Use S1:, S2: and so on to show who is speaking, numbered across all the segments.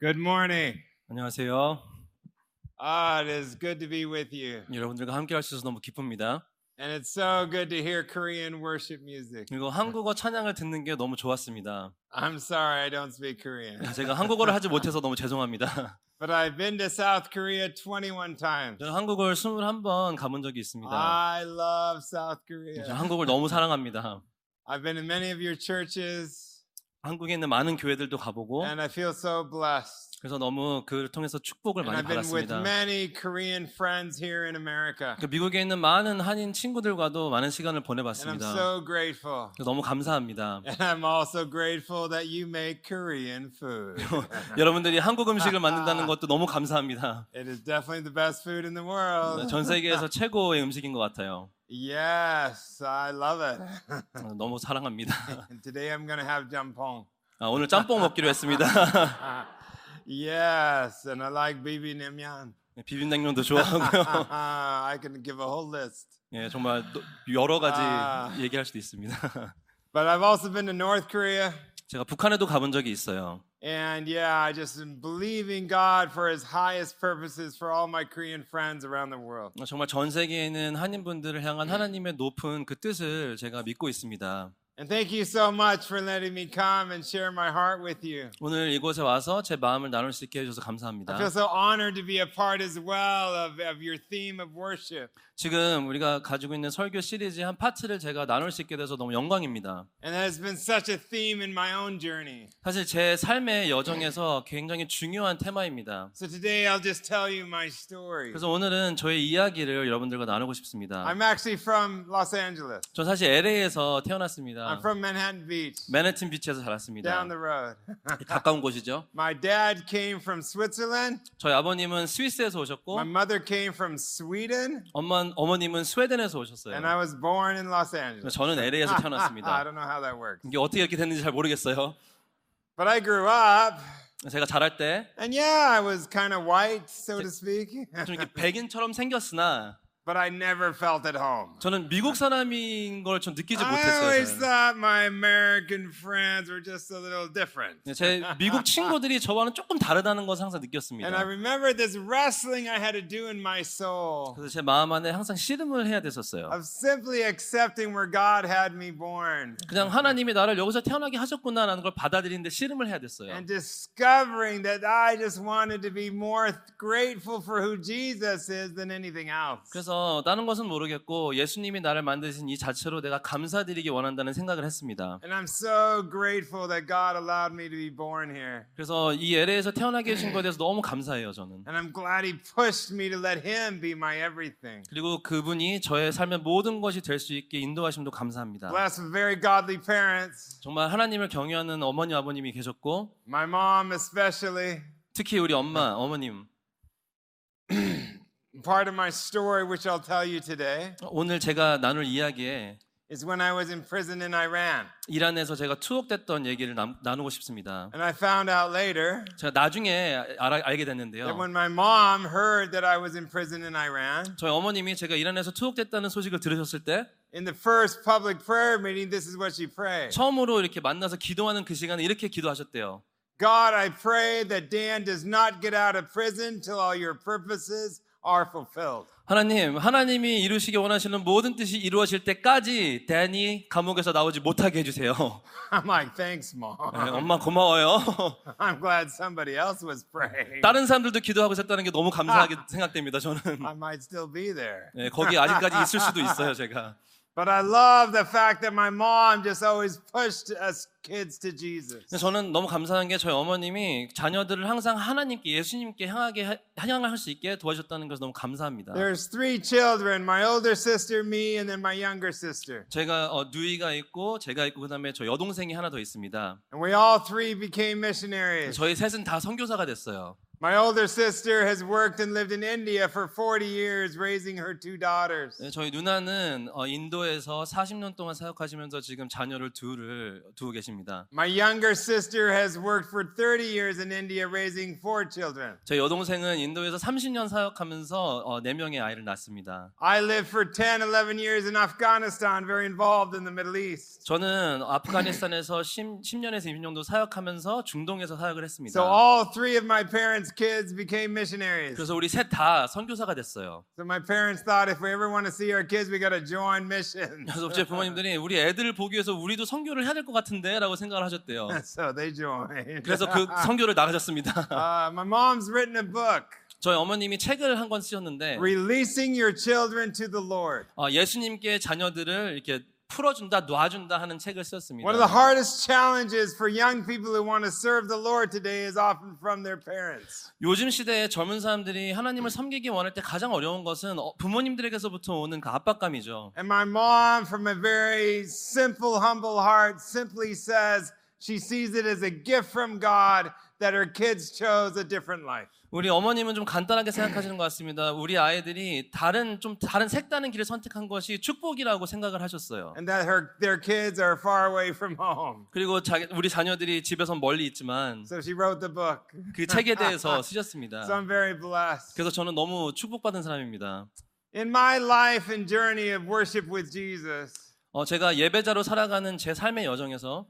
S1: Good morning.
S2: 안녕하세요.
S1: Ah, it is good to be with you.
S2: 여러분들과 함께 할 수 있어서 너무 기쁩니다.
S1: And it's so good to hear Korean worship music.
S2: 그리고 한국어 찬양을 듣는 게 너무 좋았습니다.
S1: I'm sorry I don't speak Korean,
S2: 제가 한국어를 하지 못해서 너무 죄송합니다.
S1: but I've been to South Korea 21 times.
S2: 저는 한국을 21번 가본 적이 있습니다.
S1: I love South
S2: 저는
S1: Korea.
S2: 한국을 너무 사랑합니다.
S1: I've been in many of your churches,
S2: 한국에 있는 많은 교회들도 가보고
S1: and I feel so blessed.
S2: 그래서 너무 그를 통해서 축복을
S1: And
S2: 많이
S1: I've been with
S2: 받았습니다.
S1: many Korean friends here in America.
S2: 그 미국에 있는 많은 한인 친구들과도 많은 시간을
S1: And I'm
S2: 보내봤습니다.
S1: so grateful.
S2: 너무 감사합니다.
S1: And I'm also grateful that you make Korean food.
S2: 여러분들이 한국 음식을 만든다는 것도 너무 감사합니다.
S1: It is definitely the best food in the world.
S2: 전 세계에서 최고의 음식인 것 같아요.
S1: Yes, I love it.
S2: 너무 사랑합니다.
S1: and today I'm going to have jampong.
S2: 아, 오늘 짬뽕 먹기로 했습니다.
S1: yes, and I like bibi nimyan.
S2: 네, 비빔냉면도 좋아하고요.
S1: I can give a whole list.
S2: 예, 정말 노- 여러 가지
S1: 아.
S2: 얘기할 수도 있습니다.
S1: But I've also been to North Korea.
S2: 제가 북한에도 가본 적이 있어요.
S1: And yeah, I just am believing God for his highest purposes for all my Korean friends around the world.
S2: 아, 정말 전 세계에 있는 한인분들을 향한 하나님의 높은 그 뜻을 제가 믿고 있습니다.
S1: And thank you so much for letting me come and share my heart with you.
S2: 오늘 이곳에 와서 제 마음을 나눌 수 있게 해주셔서
S1: I feel
S2: 감사합니다.
S1: so honored to be a part as well of, of your theme of worship.
S2: 지금 우리가 가지고 있는 설교 시리즈 한 파트를 제가 나눌 수 있게 돼서 너무 영광입니다.
S1: And that has been such a theme in my own journey.
S2: 사실 제 삶의 여정에서 굉장히 중요한 테마입니다.
S1: So today I'll just tell you my story.
S2: 그래서 오늘은 저의 이야기를 여러분들과 나누고 싶습니다.
S1: I'm actually from Los Angeles.
S2: 전 사실 LA에서
S1: I'm
S2: 태어났습니다.
S1: from Manhattan Beach,
S2: 맨해튼 비치에서
S1: down
S2: 자랐습니다. 그
S1: the road.
S2: 가까운 곳이죠.
S1: my dad came from Switzerland.
S2: 저희 아버님은 스위스에서 오셨고
S1: My mother came from Sweden.
S2: 엄마 어머님은 스웨덴에서
S1: And I
S2: 오셨어요.
S1: was born in Los Angeles.
S2: 저는 LA에서
S1: I
S2: 태어났습니다.
S1: don't know how that works.
S2: 이게 어떻게 이렇게 됐는지 잘 모르겠어요.
S1: But I grew up,
S2: 제가 자랄 때 좀
S1: and yeah, I was kind of white, so to speak.
S2: 이렇게 백인처럼 생겼으나
S1: but I never felt at home.
S2: 저는 미국 사람인 걸 좀 느끼지
S1: I
S2: 못했어요.
S1: always
S2: 저는.
S1: thought my American friends were just a little different.
S2: 네, 제 미국 친구들이 저와는 조금 다르다는 것을 항상
S1: And I
S2: 느꼈습니다.
S1: remember this wrestling I had to do in my soul
S2: 그래서 제 마음 안에 항상 씨름을 해야 됐었어요.
S1: of simply accepting where God had me born
S2: 그냥 하나님이 나를 여기서 태어나게 하셨구나라는 걸 받아들이는데 씨름을 해야 됐어요.
S1: and discovering that I just wanted to be more th- grateful for who Jesus is than anything else.
S2: 그래서 다른 것은 모르겠고 예수님이 나를 만드신 이 자체로 내가 감사드리기 원한다는 생각을 했습니다.
S1: And I'm so grateful that God allowed me to be born here.
S2: 그래서 이 LA에서 태어나게 해주신 거에 대해서 너무 감사해요 저는.
S1: And I'm glad He pushed me to let Him be my everything.
S2: 그리고 그분이 저의 삶의 모든 것이 될 수 있게 인도하심도 감사합니다.
S1: Blessed with very godly parents,
S2: 정말 하나님을 경외하는 어머니 아버님이 계셨고
S1: my mom especially.
S2: 특히 우리 엄마 어머님
S1: Part of my story, which I'll tell you today,
S2: 오늘 제가 나눌 이야기에
S1: is when I was in prison in Iran.
S2: 이란에서 제가 투옥됐던 얘기를 남- 나누고 싶습니다.
S1: And I found out later
S2: 제가 나중에 알아, 알게 됐는데요.
S1: that when my mom heard that I was in prison in Iran,
S2: 저희 어머님이 제가 이란에서 투옥됐다는 소식을 들으셨을 때
S1: in the first public prayer meeting, this is what she prayed
S2: 처음으로 이렇게 만나서 기도하는 그 시간에 이렇게 기도하셨대요.
S1: God, I pray that Dan does not get out of prison till all your purposes are fulfilled.
S2: 하나님, 하나님이 이루시기 원하시는 모든 뜻이 이루어질 때까지 댄이 감옥에서 나오지 못하게 해주세요.
S1: I'm like, thanks,
S2: 네,
S1: mom.
S2: 엄마 고마워요.
S1: I'm glad somebody else was praying.
S2: 다른 사람들도 기도하고 있었다는 게 너무 감사하게 생각됩니다. 저는
S1: I might still be there.
S2: 네, 거기 아직까지 있을 수도 있어요. 제가
S1: But I love the fact that my mom just always pushed us kids to Jesus.
S2: 근데 저는 너무 감사한 게 저희 어머님이 자녀들을 항상 하나님께 예수님께 향하게 하- 향을 할 수 있게 도와주셨다는 것을 너무 감사합니다.
S1: There's three children my older sister, me, and then my younger sister.
S2: 제가 어, 누이가 있고 제가 있고 그다음에 저 여동생이 하나 더 있습니다.
S1: 네. And we all three became missionaries.
S2: 저희 셋은 다 선교사가 됐어요.
S1: My older sister has worked and lived in India for 40 years, raising her two daughters.
S2: 네, 저희 누나는 어, 인도에서 40년 동안 사역하시면서 지금 자녀를 둘을 두고 계십니다.
S1: My younger sister has worked for 30 years in India, raising four children.
S2: 저희 여동생은 인도에서 30년 사역하면서 어, 4명의 아이를 낳습니다.
S1: I lived for 10, 11 years in Afghanistan, very involved in the Middle East.
S2: 저는 아프가니스탄에서 10, 10년에서 20년 정도 사역하면서 중동에서 사역을 했습니다.
S1: So all three of my parents' kids became missionaries.
S2: 그래서 우리 셋 다 선교사가 됐어요.
S1: So my parents thought if we ever want to see our kids, we got to join mission.
S2: 그래서 제 부모님들이 우리 애들을 보기 위해서 우리도 선교를 해야 될 것 같은데라고 생각을 하셨대요.
S1: So they joined.
S2: 그래서 그 선교를 나가셨습니다.
S1: Uh, my mom's written a book,
S2: 저희 어머님이 책을 한 권 쓰셨는데
S1: Releasing Your Children to the Lord.
S2: 어, 예수님께 자녀들을 이렇게 풀어준다, 놔준다 하는 책을 쓰셨습니다.
S1: One of the hardest challenges for young people who want to serve the Lord today is often from their parents.
S2: 요즘 시대에 젊은 사람들이 하나님을 섬기기 원할 때 가장 어려운 것은 어, 부모님들에게서부터 오는 그 압박감이죠.
S1: And my mom, from a very simple, humble heart, simply says she sees it as a gift from God that her kids chose a different life.
S2: 우리 어머님은 좀 간단하게 생각하시는 것 같습니다. 우리 아이들이 다른 좀 다른 색다른 길을 선택한 것이 축복이라고 생각을 하셨어요.
S1: And that her their kids are far away from home.
S2: 그리고 자기, 우리 자녀들이 집에서 멀리 있지만
S1: So she wrote the book.
S2: 그 책에 대해서
S1: So
S2: 쓰셨습니다.
S1: I'm very blessed.
S2: 그래서 저는 너무 축복받은 사람입니다.
S1: In my life and journey of worship with Jesus,
S2: 어, 제가 예배자로 살아가는 제 삶의 여정에서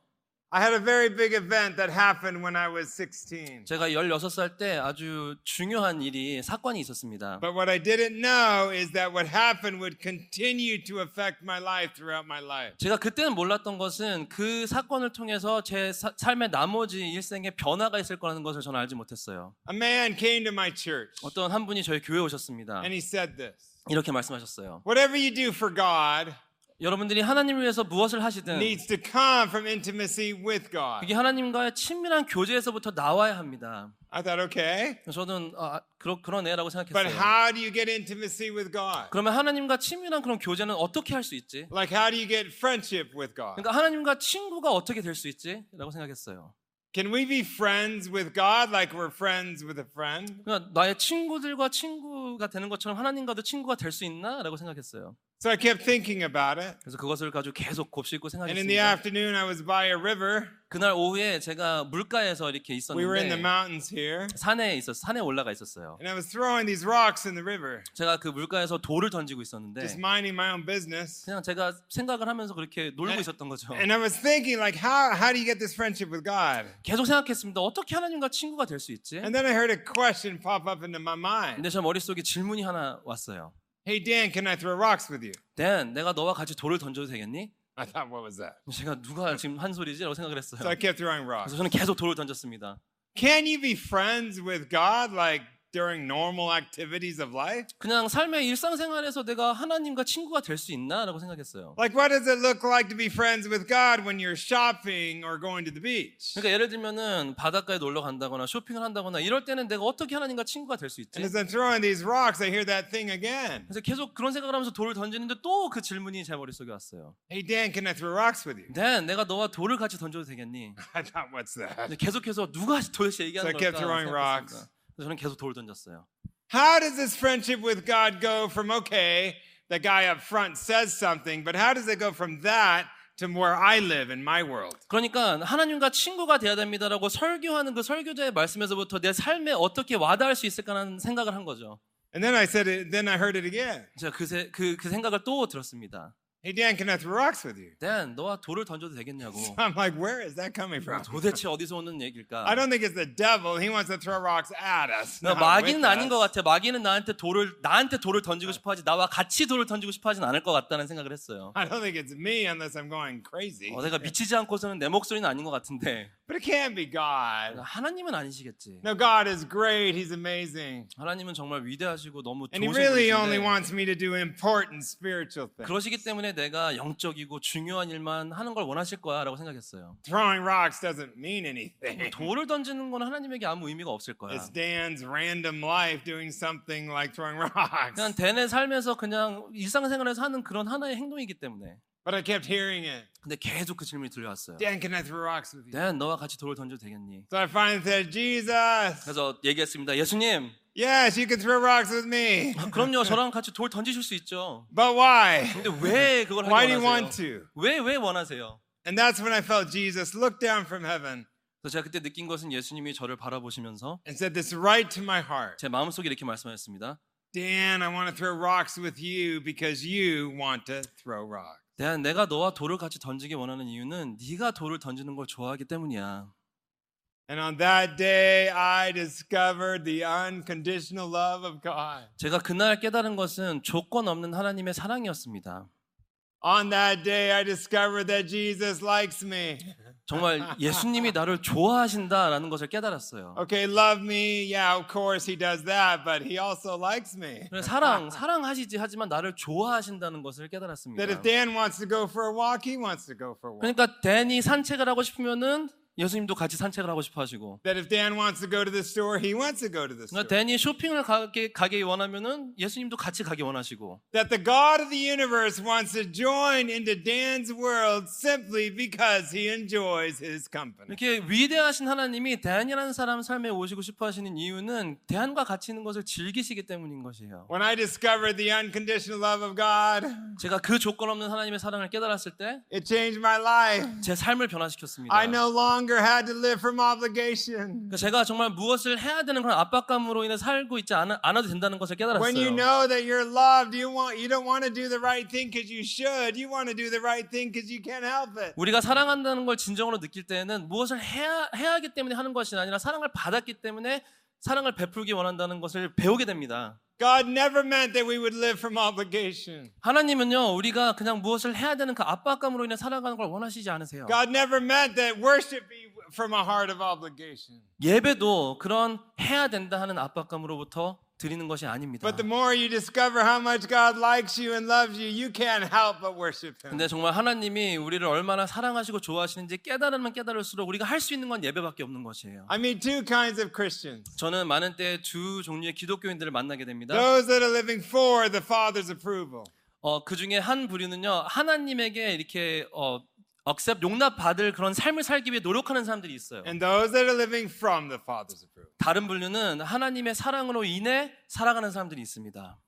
S1: I had a very big event that happened when I was 16.
S2: 제가 16살 때 아주 중요한 일이 사건이 있었습니다.
S1: But what I didn't know is that what happened would continue to affect my life throughout my life.
S2: 제가 그때는 몰랐던 것은 그 사건을 통해서 제 사- 삶의 나머지 일생에 변화가 있을 거라는 것을 저는 알지 못했어요.
S1: A man came to my church
S2: 어떤 한 분이 저희 교회에 오셨습니다.
S1: and he said this.
S2: 이렇게 말씀하셨어요.
S1: Whatever you do for God
S2: 여러분들이 하나님을 위해서 무엇을 하시든
S1: needs to come from intimacy with God.
S2: 그게 하나님과의 친밀한 교제에서부터 나와야 합니다.
S1: I thought, okay.
S2: 그래서 저는 아, 그러, 그러네라고
S1: But
S2: 생각했어요.
S1: how do you get intimacy with God?
S2: 그러면 하나님과 친밀한 그런 교제는 어떻게 할 수 있지?
S1: Like, how do you get friendship with God?
S2: 그러니까 하나님과 친구가 어떻게 될 수 있지? 라고 생각했어요.
S1: Can we be friends with God like we're friends with a friend?
S2: 그러니까 나의 친구들과 친구가 되는 것처럼 하나님과도 친구가 될 수 있나? 라고 생각했어요.
S1: So I kept thinking about it.
S2: 그래서 그것을 가지고 계속 곱씹고
S1: And in the
S2: 생각했습니다.
S1: afternoon, I was by a river.
S2: 그날 오후에 제가 물가에서 이렇게
S1: We were in the
S2: 있었는데
S1: mountains here.
S2: 산에 있었 산에 올라가 있었어요.
S1: And I was throwing these rocks in the river,
S2: 제가 그 물가에서 돌을 던지고 있었는데
S1: just minding my own business.
S2: 그냥 제가 생각을 하면서 그렇게 놀고 있었던 거죠.
S1: And I was thinking, like, how, how do you get this friendship with God?
S2: 계속 생각했습니다. 어떻게 하나님과 친구가 될 수 있지?
S1: And then I heard a question pop up into my
S2: 근데
S1: mind.
S2: 제 머릿속에 질문이 하나 왔어요.
S1: Hey, Dan, can I throw rocks with you?
S2: 댄, 내가 너와 같이 돌을 던져도 되겠니?
S1: I thought, what was that?
S2: 제가 누가 지금 한 소리지라고 생각을 했어요.
S1: So I kept throwing
S2: 그래서
S1: rocks.
S2: 저는 계속 돌을 던졌습니다.
S1: Can you be friends with God like during normal activities of life?
S2: 그냥 삶의 일상생활에서 내가 하나님과 친구가 될 수 있나라고 생각했어요.
S1: Like, what does it look like to be friends with God when you're shopping or going to the beach?
S2: 그러니까 예를 들면은 바닷가에 놀러 간다거나 쇼핑을 한다거나 이럴 때는 내가 어떻게 하나님과 친구가 될 수 있지?
S1: And as I'm throwing these rocks, I hear that thing again.
S2: 그래서 계속 그런 생각을 하면서 돌을 던지는데 또 그 질문이 제 머릿속에 왔어요.
S1: Hey, Dan, can I throw rocks with you?
S2: 댄, 내가 너와 돌을 같이 던져도 되겠니?
S1: I thought, what's that?
S2: 근데 계속해서 누가 도대체 얘기하는
S1: So I kept
S2: 걸까?
S1: throwing
S2: 생각했습니다.
S1: rocks.
S2: 그래서 저는 계속 돌을 던졌어요.
S1: How does this friendship with God go from, okay, the guy up front says something, but how does it go from that to where I live in my world?
S2: 그러니까 하나님과 친구가 돼야 됩니다라고 설교하는 그 설교자의 말씀에서부터 내 삶에 어떻게 와닿을 수 있을까라는 생각을 한 거죠.
S1: And then I said it, then I heard it again.
S2: 제가 그, 세- 그, 그 생각을 또 들었습니다.
S1: Hey, Dan, can I throw rocks with you?
S2: 댄, 너와 돌을 던져도 되겠냐고. 아,
S1: I'm like, where is that coming from?
S2: 도대체 어디서 오는
S1: I
S2: 얘기일까?
S1: don't think it's the devil. He wants to throw rocks at us.
S2: 나
S1: not
S2: 마귀는
S1: with
S2: 아닌 것
S1: us. 아.
S2: 같아. 마귀는 나한테 돌을 나한테 돌을 던지고 싶어하지 나와 같이 돌을 던지고 싶어하진 않을 것 같다는 생각을 했어요.
S1: I don't think it's me unless I'm going crazy.
S2: 어, 내가 미치지 않고서는 내 목소리는 아닌 것 같은데
S1: But it can't be God.
S2: 하나님은 아니시겠지.
S1: No, God is great. He's amazing.
S2: 하나님은 정말 위대하시고 너무 좋으신
S1: And He really only
S2: 분이신데
S1: wants me to do important spiritual things.
S2: 그러시기 때문에 내가 영적이고 중요한 일만 하는 걸 원하실 거야라고 생각했어요.
S1: Throwing rocks doesn't mean anything.
S2: 돌을 던지는 건 하나님에게 아무 의미가 없을 거야.
S1: It's Dan's random life doing something like throwing rocks.
S2: 그냥 대내 삶에서 그냥 일상생활에서 하는 그런 하나의 행동이기 때문에
S1: But I kept hearing it.
S2: 근데 계속 그 질문이 들려왔어요.
S1: Dan, can I throw rocks with you?
S2: 댄, 너와 같이 돌을 던져도 되겠니?
S1: So I finally said, Jesus,
S2: 그래서 얘기했습니다. 예수님,
S1: yes, you can throw rocks with me.
S2: 그럼요. 저랑 같이 돌 던지실 수 있죠.
S1: But why?
S2: 근데 왜 그걸
S1: 네. Why do
S2: 하기
S1: you want
S2: 원하세요?
S1: to?
S2: 왜 왜 원하세요?
S1: And that's when I felt Jesus look down from heaven
S2: 그래서 제가 그때 느낀 것은 예수님이 저를 바라보시면서
S1: and said this right to my heart
S2: 제 마음속에 이렇게 말씀하셨습니다.
S1: Dan, I want to throw rocks with you because you want to throw rocks.
S2: 대한 내가 너와 돌을 같이 던지기 원하는 이유는 네가 돌을 던지는 걸 좋아하기 때문이야.
S1: And on that day, I discovered the unconditional love of God.
S2: 제가 그날 깨달은 것은 조건 없는 하나님의 사랑이었습니다.
S1: On that day, I discovered that Jesus likes me.
S2: 정말 예수님이 나를 좋아하신다라는 것을 깨달았어요.
S1: Okay, love me. Yeah, of course he does that, but he also likes me.
S2: 그래서 그러니까 사랑, 사랑하시지 하지만 나를 좋아하신다는 것을 깨달았습니다.
S1: That if Dan wants to go for a walk, he wants to go for a walk.
S2: 그러니까 댄이 산책을 하고 싶으면은 예수님도 같이 산책을 하고 싶어 하시고
S1: That if Dan wants to go to the store, he wants to go to the store.
S2: 그러니까 댄이 쇼핑을 가게, 가기 원하면은 예수님도 같이 가기 원하시고
S1: That the God of the universe wants to join into Dan's world simply because he enjoys his company.
S2: 이렇게 위대하신 하나님이 대한이라는 사람 삶에 오시고 싶어 하시는 이유는 대한과 같이 있는 것을 즐기시기 때문인 것이에요.
S1: When I discovered the unconditional love of God,
S2: 제가 그 조건 없는 하나님의 사랑을 깨달았을 때 제
S1: it changed my life.
S2: 삶을 변화시켰습니다.
S1: I no longer had to live from obligation.
S2: 그러니까 제가 정말 무엇을 해야 되는 그런 압박감으로 인해 살고 있지 않아, 않아도 된다는 것을
S1: When you
S2: 깨달았어요.
S1: know that you're loved, you want you don't want to do the right thing because you should. You want to do the right thing because you can't help it.
S2: 우리가 사랑한다는 걸 진정으로 느낄 때에는 무엇을 해야, 해야 하기 때문에 하는 것이 아니라 사랑을 받았기 때문에 사랑을 베풀기 원한다는 것을 배우게 됩니다.
S1: God never meant that we would live from obligation.
S2: 하나님은요, 우리가 그냥 무엇을 해야 되는 그 압박감으로 인해 살아가는 걸 원하시지 않으세요.
S1: God never meant that worship be from a heart of obligation.
S2: 예배도 그런 해야 된다 하는 압박감으로부터 드리는 것이 아닙니다.
S1: But the more you discover how much God likes you and loves you, you can't help but worship Him.
S2: 근데 정말 하나님이 우리를 얼마나 사랑하시고 좋아하시는지 깨달으면 깨달을수록 우리가 할 수 있는 건 예배밖에 없는 것이에요.
S1: I meet two kinds of Christians
S2: 저는 많은 때 두 종류의 기독교인들을 만나게 됩니다.
S1: those that are living for the Father's approval,
S2: 어, 그 중에 한 부류는요, 하나님에게 이렇게 어, 억셉 용납받을 그런 삶을 살기 위해 노력하는 사람들이 있어요.
S1: and those that are living from the Father's approval.
S2: 다른 분류는 하나님의 사랑으로 인해 살아가는 사람들이 있습니다.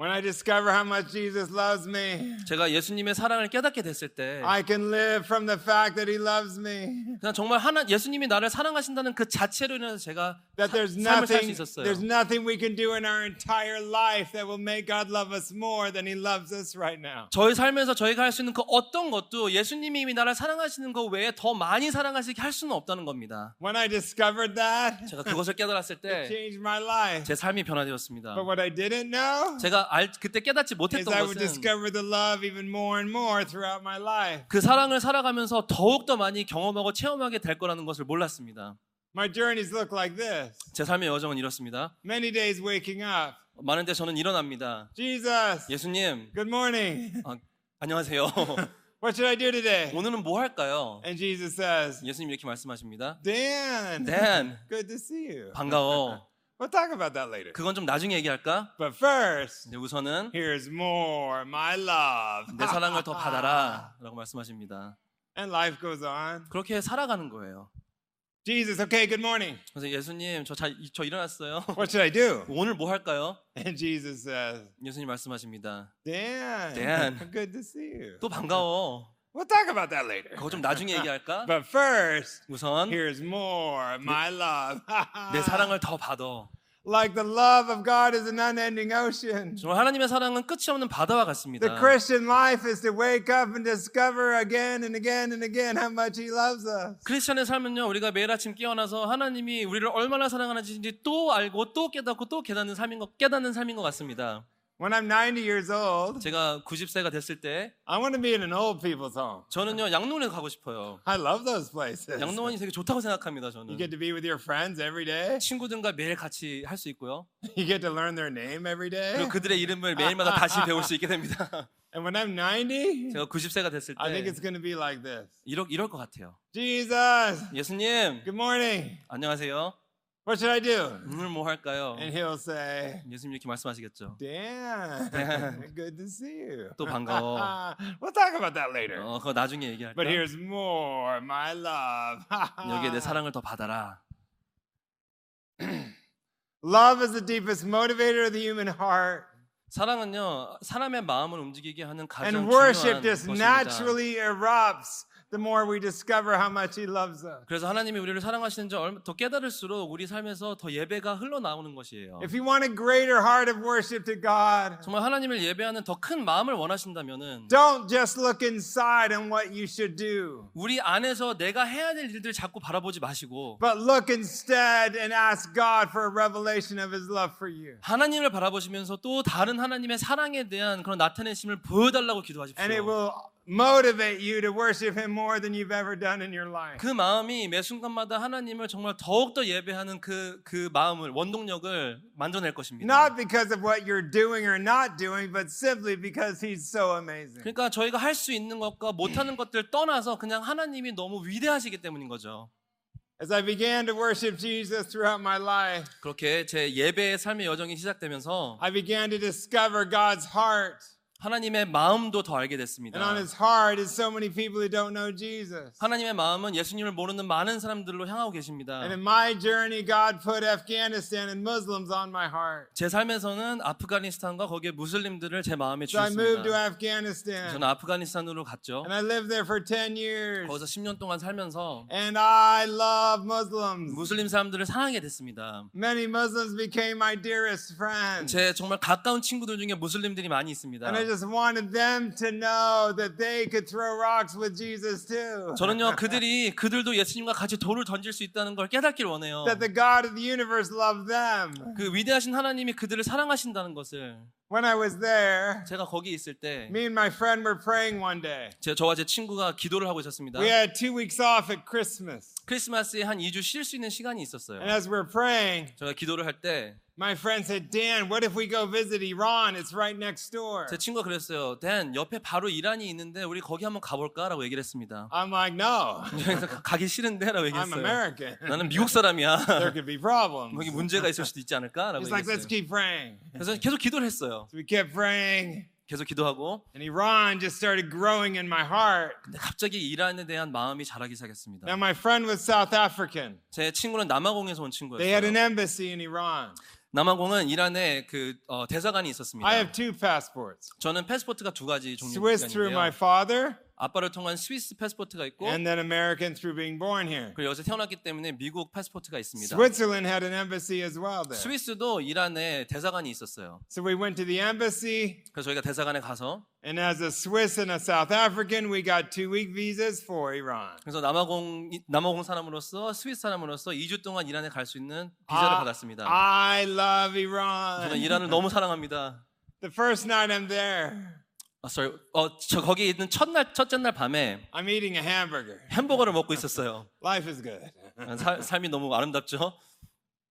S1: When I discover how much Jesus loves me,
S2: 제가 예수님의 사랑을 깨닫게 됐을 때
S1: I can live from the fact that He loves me.
S2: 그냥 정말 하나 예수님이 나를 사랑하신다는 그 자체로 인해서 제가
S1: That there's
S2: 사- 삶을 살 수
S1: nothing,
S2: 있었어요.
S1: there's nothing we can do in our entire life that will make God love us more than He loves us right now.
S2: 저희 삶에서 저희가 할 수 있는 그 어떤 것도 예수님이 이미 나를 사랑하시는 것 외에 더 많이 사랑하시게 할 수는 없다는 겁니다.
S1: When I discovered that,
S2: 제가 그것을 깨달았을
S1: it
S2: 때 제
S1: changed my life.
S2: 삶이 변화되었습니다.
S1: But what I didn't know
S2: 제가 알, 그때 깨닫지
S1: is
S2: 못했던
S1: I would
S2: 것은
S1: discover the love even more and more throughout my life.
S2: 그 사랑을 살아가면서 더욱더 많이 경험하고 체험하게 될 거라는 것을 몰랐습니다.
S1: My journeys look like this
S2: 제 삶의 여정은 이렇습니다.
S1: many days waking up.
S2: 많은데 저는 일어납니다.
S1: Jesus,
S2: 예수님,
S1: good morning.
S2: 아, 안녕하세요.
S1: What should I do today?
S2: 오늘은 뭐 할까요?
S1: And Jesus says,
S2: 예수님 이렇게 말씀하십니다.
S1: Dan,
S2: 댄,
S1: good to see you.
S2: 반가워.
S1: We'll talk about that later.
S2: 그건 좀 나중에 얘기할까?
S1: But first,
S2: 근데 우선은
S1: here's more my love.
S2: 내 사랑을 더 받아라 라고 말씀하십니다.
S1: and life goes on.
S2: 그렇게 살아가는 거예요.
S1: Jesus, okay, good morning.
S2: 그래서 예수님 저, 잘, 저 일어났어요.
S1: What should I do?
S2: 오늘 뭐 할까요?
S1: And Jesus says,
S2: 예수님 말씀하십니다.
S1: Dan,
S2: Dan.
S1: good to see you.
S2: 또 반가워.
S1: We'll talk about that later.
S2: 그거 좀 나중에 얘기할까?
S1: But first,
S2: 우선
S1: here's more my love.
S2: 내 사랑을 더 받아.
S1: like the love of God is an unending ocean.
S2: 정말 하나님의 사랑은 끝이 없는 바다와 같습니다.
S1: The Christian life is to wake up and discover again and again and again how much He loves us.
S2: 크리스천의 삶은요 우리가 매일 아침 깨어나서 하나님이 우리를 얼마나 사랑하는지 또 알고 또 깨닫고 또 깨닫는 삶인 것 깨닫는 삶인 것 같습니다.
S1: When I'm 90 years old,
S2: 제가 90세가 됐을 때
S1: I want to be in an old people's home.
S2: 저는요 양로원에 가고 싶어요.
S1: I love those places.
S2: 양로원이 되게 좋다고 생각합니다.
S1: You
S2: 저는
S1: get to be with your friends every day.
S2: 친구들과 매일 같이 할 수 있고요.
S1: You get to learn their name every day.
S2: 그리고 그들의 이름을 매일마다 다시 배울 수 있게 됩니다.
S1: And when I'm 90,
S2: 제가 90세가 됐을
S1: I think it's
S2: 때
S1: going to be like this
S2: 이러, 이럴 것 같아요.
S1: Jesus,
S2: 예수님
S1: good morning.
S2: 안녕하세요.
S1: What should I do?
S2: 오늘 뭐 할까요?
S1: And he'll say,
S2: 예수님 이렇게 말씀하시겠죠.
S1: Dan, good to see you.
S2: 또
S1: 아,
S2: 반가워.
S1: we'll talk about that later.
S2: 어, 그거 나중에 얘기할까.
S1: But here's more, my love.
S2: 여기에
S1: 아.
S2: 내 사랑을 더 받아라.
S1: love is the deepest motivator of the human heart.
S2: 사랑은요 사람의 마음을 움직이게 하는 가장
S1: And
S2: 중요한
S1: worship just
S2: 것입니다.
S1: naturally erupts the more we discover how much he loves us.
S2: 그래서 하나님이 우리를 사랑하시는 줄 얼마- 더 깨달을수록 우리 삶에서 더 예배가 흘러나오는 것이에요.
S1: If you want a greater heart of worship to God,
S2: 정말 하나님을 예배하는 더 큰 마음을 원하신다면은
S1: don't just look inside on what you should do,
S2: 우리 안에서 내가 해야 될 일들 자꾸 바라보지 마시고
S1: but look instead and ask God for a revelation of his love for you.
S2: 하나님을 바라보시면서 또 다른 하나님의 사랑에 대한 그런 나타내심을 보여달라고
S1: And it
S2: 기도하십시오.
S1: will motivate you to worship him more than you've ever done in your life.
S2: 그 마음이 매 순간마다 하나님을 정말 더욱더 예배하는 그, 그 마음을, 원동력을 만들어낼 것입니다.
S1: Not because of what you're doing or not doing, but simply because he's so amazing.
S2: 그러니까 저희가 할 수 있는 것과 못하는 것들 떠나서 그냥 하나님이 너무 위대하시기 때문인 거죠.
S1: As I began to worship Jesus throughout my life,
S2: 그렇게 제 예배의 삶의 여정이 시작되면서
S1: I began to discover God's heart.
S2: 하나님의 마음도 더 알게
S1: And on
S2: 됐습니다.
S1: his heart is so many people who don't know Jesus.
S2: 하나님의 마음은 예수님을 모르는 많은 사람들로 향하고 계십니다.
S1: And in my journey, God put Afghanistan and Muslims on my heart.
S2: 제 삶에서는 아프가니스탄과 거기에 무슬림들을 제 마음에
S1: So I moved to
S2: 주었습니다. 저는
S1: Afghanistan
S2: 아프가니스탄으로 갔죠.
S1: and I lived there for 10 years.
S2: 거기서 10년 동안 살면서
S1: And I love Muslims.
S2: 무슬림 사람들을 사랑하게 됐습니다.
S1: Many Muslims became my dearest friends.
S2: 제 정말 가까운 친구들 중에 무슬림들이 많이 있습니다.
S1: And I just wanted them to know that they could throw rocks with Jesus too.
S2: 저는요 그들이 그들도 예수님과 같이 돌을 던질 수 있다는 걸 깨닫길 원해요.
S1: That the God of the universe loved them.
S2: 그 위대하신 하나님이 그들을 사랑하신다는 것을
S1: When I was there,
S2: 제가 거기 있을 때
S1: me and my friend were praying one day.
S2: 제, 저와 제 친구가 기도를 하고 있었습니다.
S1: We had two weeks off at Christmas.
S2: 크리스마스에 한 2주 쉴 수 있는 시간이 있었어요.
S1: And as we're praying,
S2: 제가 기도를 할 때 제
S1: my friend said, Dan, what if we go visit Iran? It's right next door.
S2: 친구가 그랬어요. 댄 옆에 바로 이란이 있는데 우리 거기 한번 가볼까라고 얘기를 했습니다.
S1: I'm like, no,
S2: 그래서 가- 가기 싫은데라고
S1: I'm
S2: 얘기했어요.
S1: American.
S2: 나는 미국 사람이야.
S1: There could be problems.
S2: 여기 문제가 있을 수도 있지 않을까라고
S1: He's like, let's
S2: 얘기했어요.
S1: keep praying.
S2: 그래서 계속 기도를 했어요.
S1: So we kept praying,
S2: 계속 기도하고
S1: and Iran just started growing in my heart.
S2: 근데 갑자기 이란에 대한 마음이 자라기
S1: Now,
S2: 시작했습니다.
S1: my friend was South African.
S2: 제 친구는 남아공에서 온
S1: They had an
S2: 친구였어요.
S1: embassy in Iran.
S2: 남아공은 이란에 그 어, 대사관이
S1: I
S2: 있었습니다.
S1: have two passports
S2: 저는 패스포트가 두 가지 종류가
S1: Swiss through my
S2: 있는데요.
S1: father,
S2: 아빠를 통한 스위스 패스포트가 있고
S1: and then American through being born here.
S2: 그리고 여기서 태어났기 때문에 미국 패스포트가 있습니다. 네.
S1: Switzerland had an embassy as well there.
S2: 스위스도 이란에 대사관이 있었어요.
S1: So we went to the embassy,
S2: 그래서 저희가 대사관에 가서
S1: and as a Swiss and a South African, we got two week visas for Iran.
S2: 그래서 남아공 남아공 사람으로서 스위스 사람으로서 2주 동안 이란에 갈 수 있는 비자를
S1: 아,
S2: 받았습니다.
S1: Ah, I love
S2: 저는
S1: Iran.
S2: 이란을 너무 사랑합니다.
S1: The first night I'm there,
S2: 아, sorry. 어, 저 거기 있는 첫날 첫째 날 밤에
S1: I'm eating a hamburger.
S2: 햄버거를 먹고 있었어요.
S1: Life is good.
S2: 아, 사- 삶이 너무 아름답죠.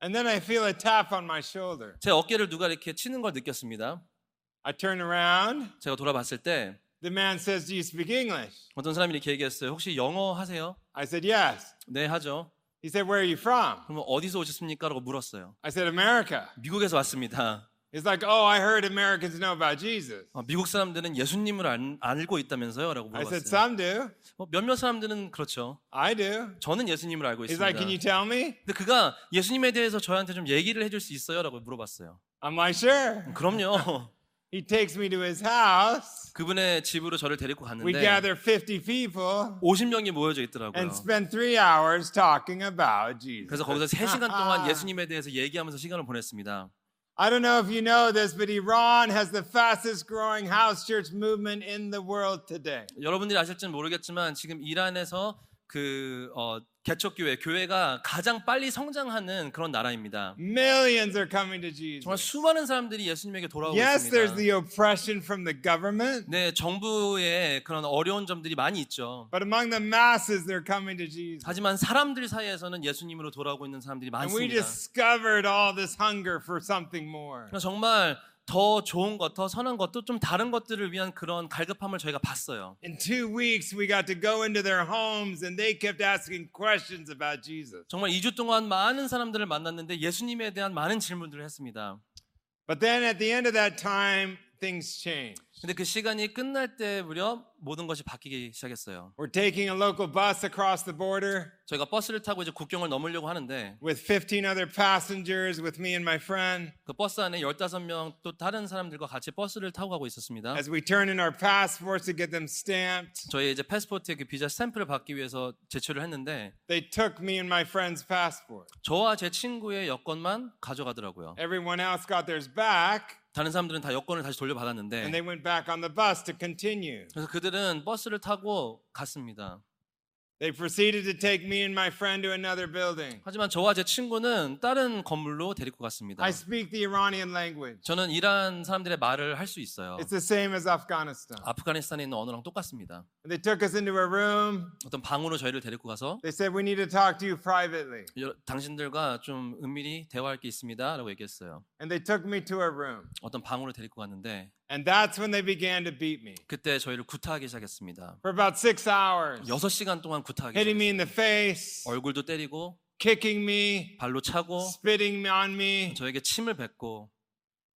S1: And then I feel a tap on my shoulder.
S2: 제 어깨를 누가 이렇게 치는 걸 느꼈습니다.
S1: I turn around.
S2: 제가 돌아봤을 때
S1: The man says, Do you speak English?
S2: 어떤 사람이 이렇게 얘기했어요. 혹시 영어 하세요?
S1: I said, Yes.
S2: 네 하죠.
S1: He said, Where are you from?
S2: 그러면 어디서 오셨습니까라고 물었어요.
S1: I said, America.
S2: 미국에서 왔습니다.
S1: He's like, Oh, I heard Americans know about Jesus.
S2: 어, 미국 사람들은 예수님을 안, 알고 있다면서요라고
S1: I said,
S2: 물어봤어요.
S1: Some do.
S2: 어, 몇몇 사람들은 그렇죠.
S1: I do.
S2: 저는 예수님을 알고
S1: He's
S2: 있습니다.
S1: like, Can you
S2: 근데
S1: tell me?
S2: 그가 예수님에 대해서 저한테 좀 얘기를 해줄 수 있어요라고 물어봤어요.
S1: I'm like, Sure.
S2: 그럼요.
S1: He takes me to his house.
S2: 그분의 집으로 저를 데리고
S1: We
S2: 갔는데
S1: gather 50 people
S2: 50명이 모여져 있더라고요.
S1: and spend three hours talking about Jesus.
S2: 그래서 거기서 3시간
S1: 아.
S2: 동안 예수님에 대해서 얘기하면서 시간을 보냈습니다.
S1: I don't know if you know this, but Iran has the fastest growing house church movement in the world today.
S2: 여러분들이 아실지는 모르겠지만 지금 이란에서 그 어, 개척교회 교회가 가장 빨리 성장하는 그런 나라입니다.
S1: Millions are coming to
S2: 정말
S1: Jesus.
S2: 수많은 사람들이 예수님에게 돌아오고
S1: 네. Yes, there's
S2: 있습니다.
S1: the oppression from the government,
S2: 네, 정부의 그런 어려운 점들이 많이 있죠.
S1: but among the masses, they're coming to Jesus.
S2: 하지만 사람들 사이에서는 예수님으로 돌아오고 있는 사람들이
S1: And we
S2: 많습니다.
S1: discovered all this hunger for something more.
S2: 그래서 그러니까 정말 더 좋은 것, 더 선한 것도 좀 다른 것들을 위한 그런 갈급함을 저희가 봤어요.
S1: In two weeks, we got to go into their homes and they kept asking questions about Jesus.
S2: 정말 2주 동안 많은 사람들을 만났는데 예수님에 대한 많은 질문들을 했습니다.
S1: But then at the end of that time, things changed.
S2: 근데 그 시간이 끝날 때 무렵 모든 것이 바뀌기 시작했어요.
S1: We're taking a local bus across the border
S2: 저희가 버스를 타고 이제 국경을 넘으려고 하는데
S1: with 15 other passengers, with me and my friend.
S2: 그 버스 안에 15명 또 다른 사람들과 같이 버스를 타고 가고 있었습니다.
S1: As we turn in our passports to get them stamped,
S2: 저희 이제 패스포트에 그 비자 스탬프를 받기 위해서 제출을 했는데
S1: they took me and my friend's passport.
S2: 저와 제 친구의 여권만 가져가더라고요.
S1: Everyone else got theirs back
S2: 다른 사람들은 다 여권을 다시
S1: and
S2: 돌려받았는데
S1: they went back on the bus to continue.
S2: 그래서 그들은 버스를 타고 갔습니다.
S1: They proceeded to take me and my friend to another building.
S2: 하지만 저와 제 친구는 다른 건물로 데리고 갔습니다.
S1: I speak the Iranian language.
S2: 저는 이란 사람들의 말을 할 수 있어요.
S1: It's the same as Afghanistan.
S2: 아프가니스탄에 있는 언어랑 똑같습니다.
S1: They took us into a room.
S2: 어떤 방으로 저희를 데리고 가서
S1: They said, We need to talk to you privately.
S2: 여- 당신들과 좀 은밀히 대화할 게 있습니다. 라고 얘기했어요.
S1: And they took me to a room.
S2: 어떤 방으로 데리고 갔는데
S1: And that's when they began to beat me
S2: 그때 저희를 구타하기 시작했습니다.
S1: for about six hours,
S2: 6시간 동안 구타하기
S1: hitting
S2: 시작했어요.
S1: me in the face,
S2: 얼굴도 때리고
S1: kicking me,
S2: 발로 차고
S1: spitting on me.
S2: 저에게 침을 뱉고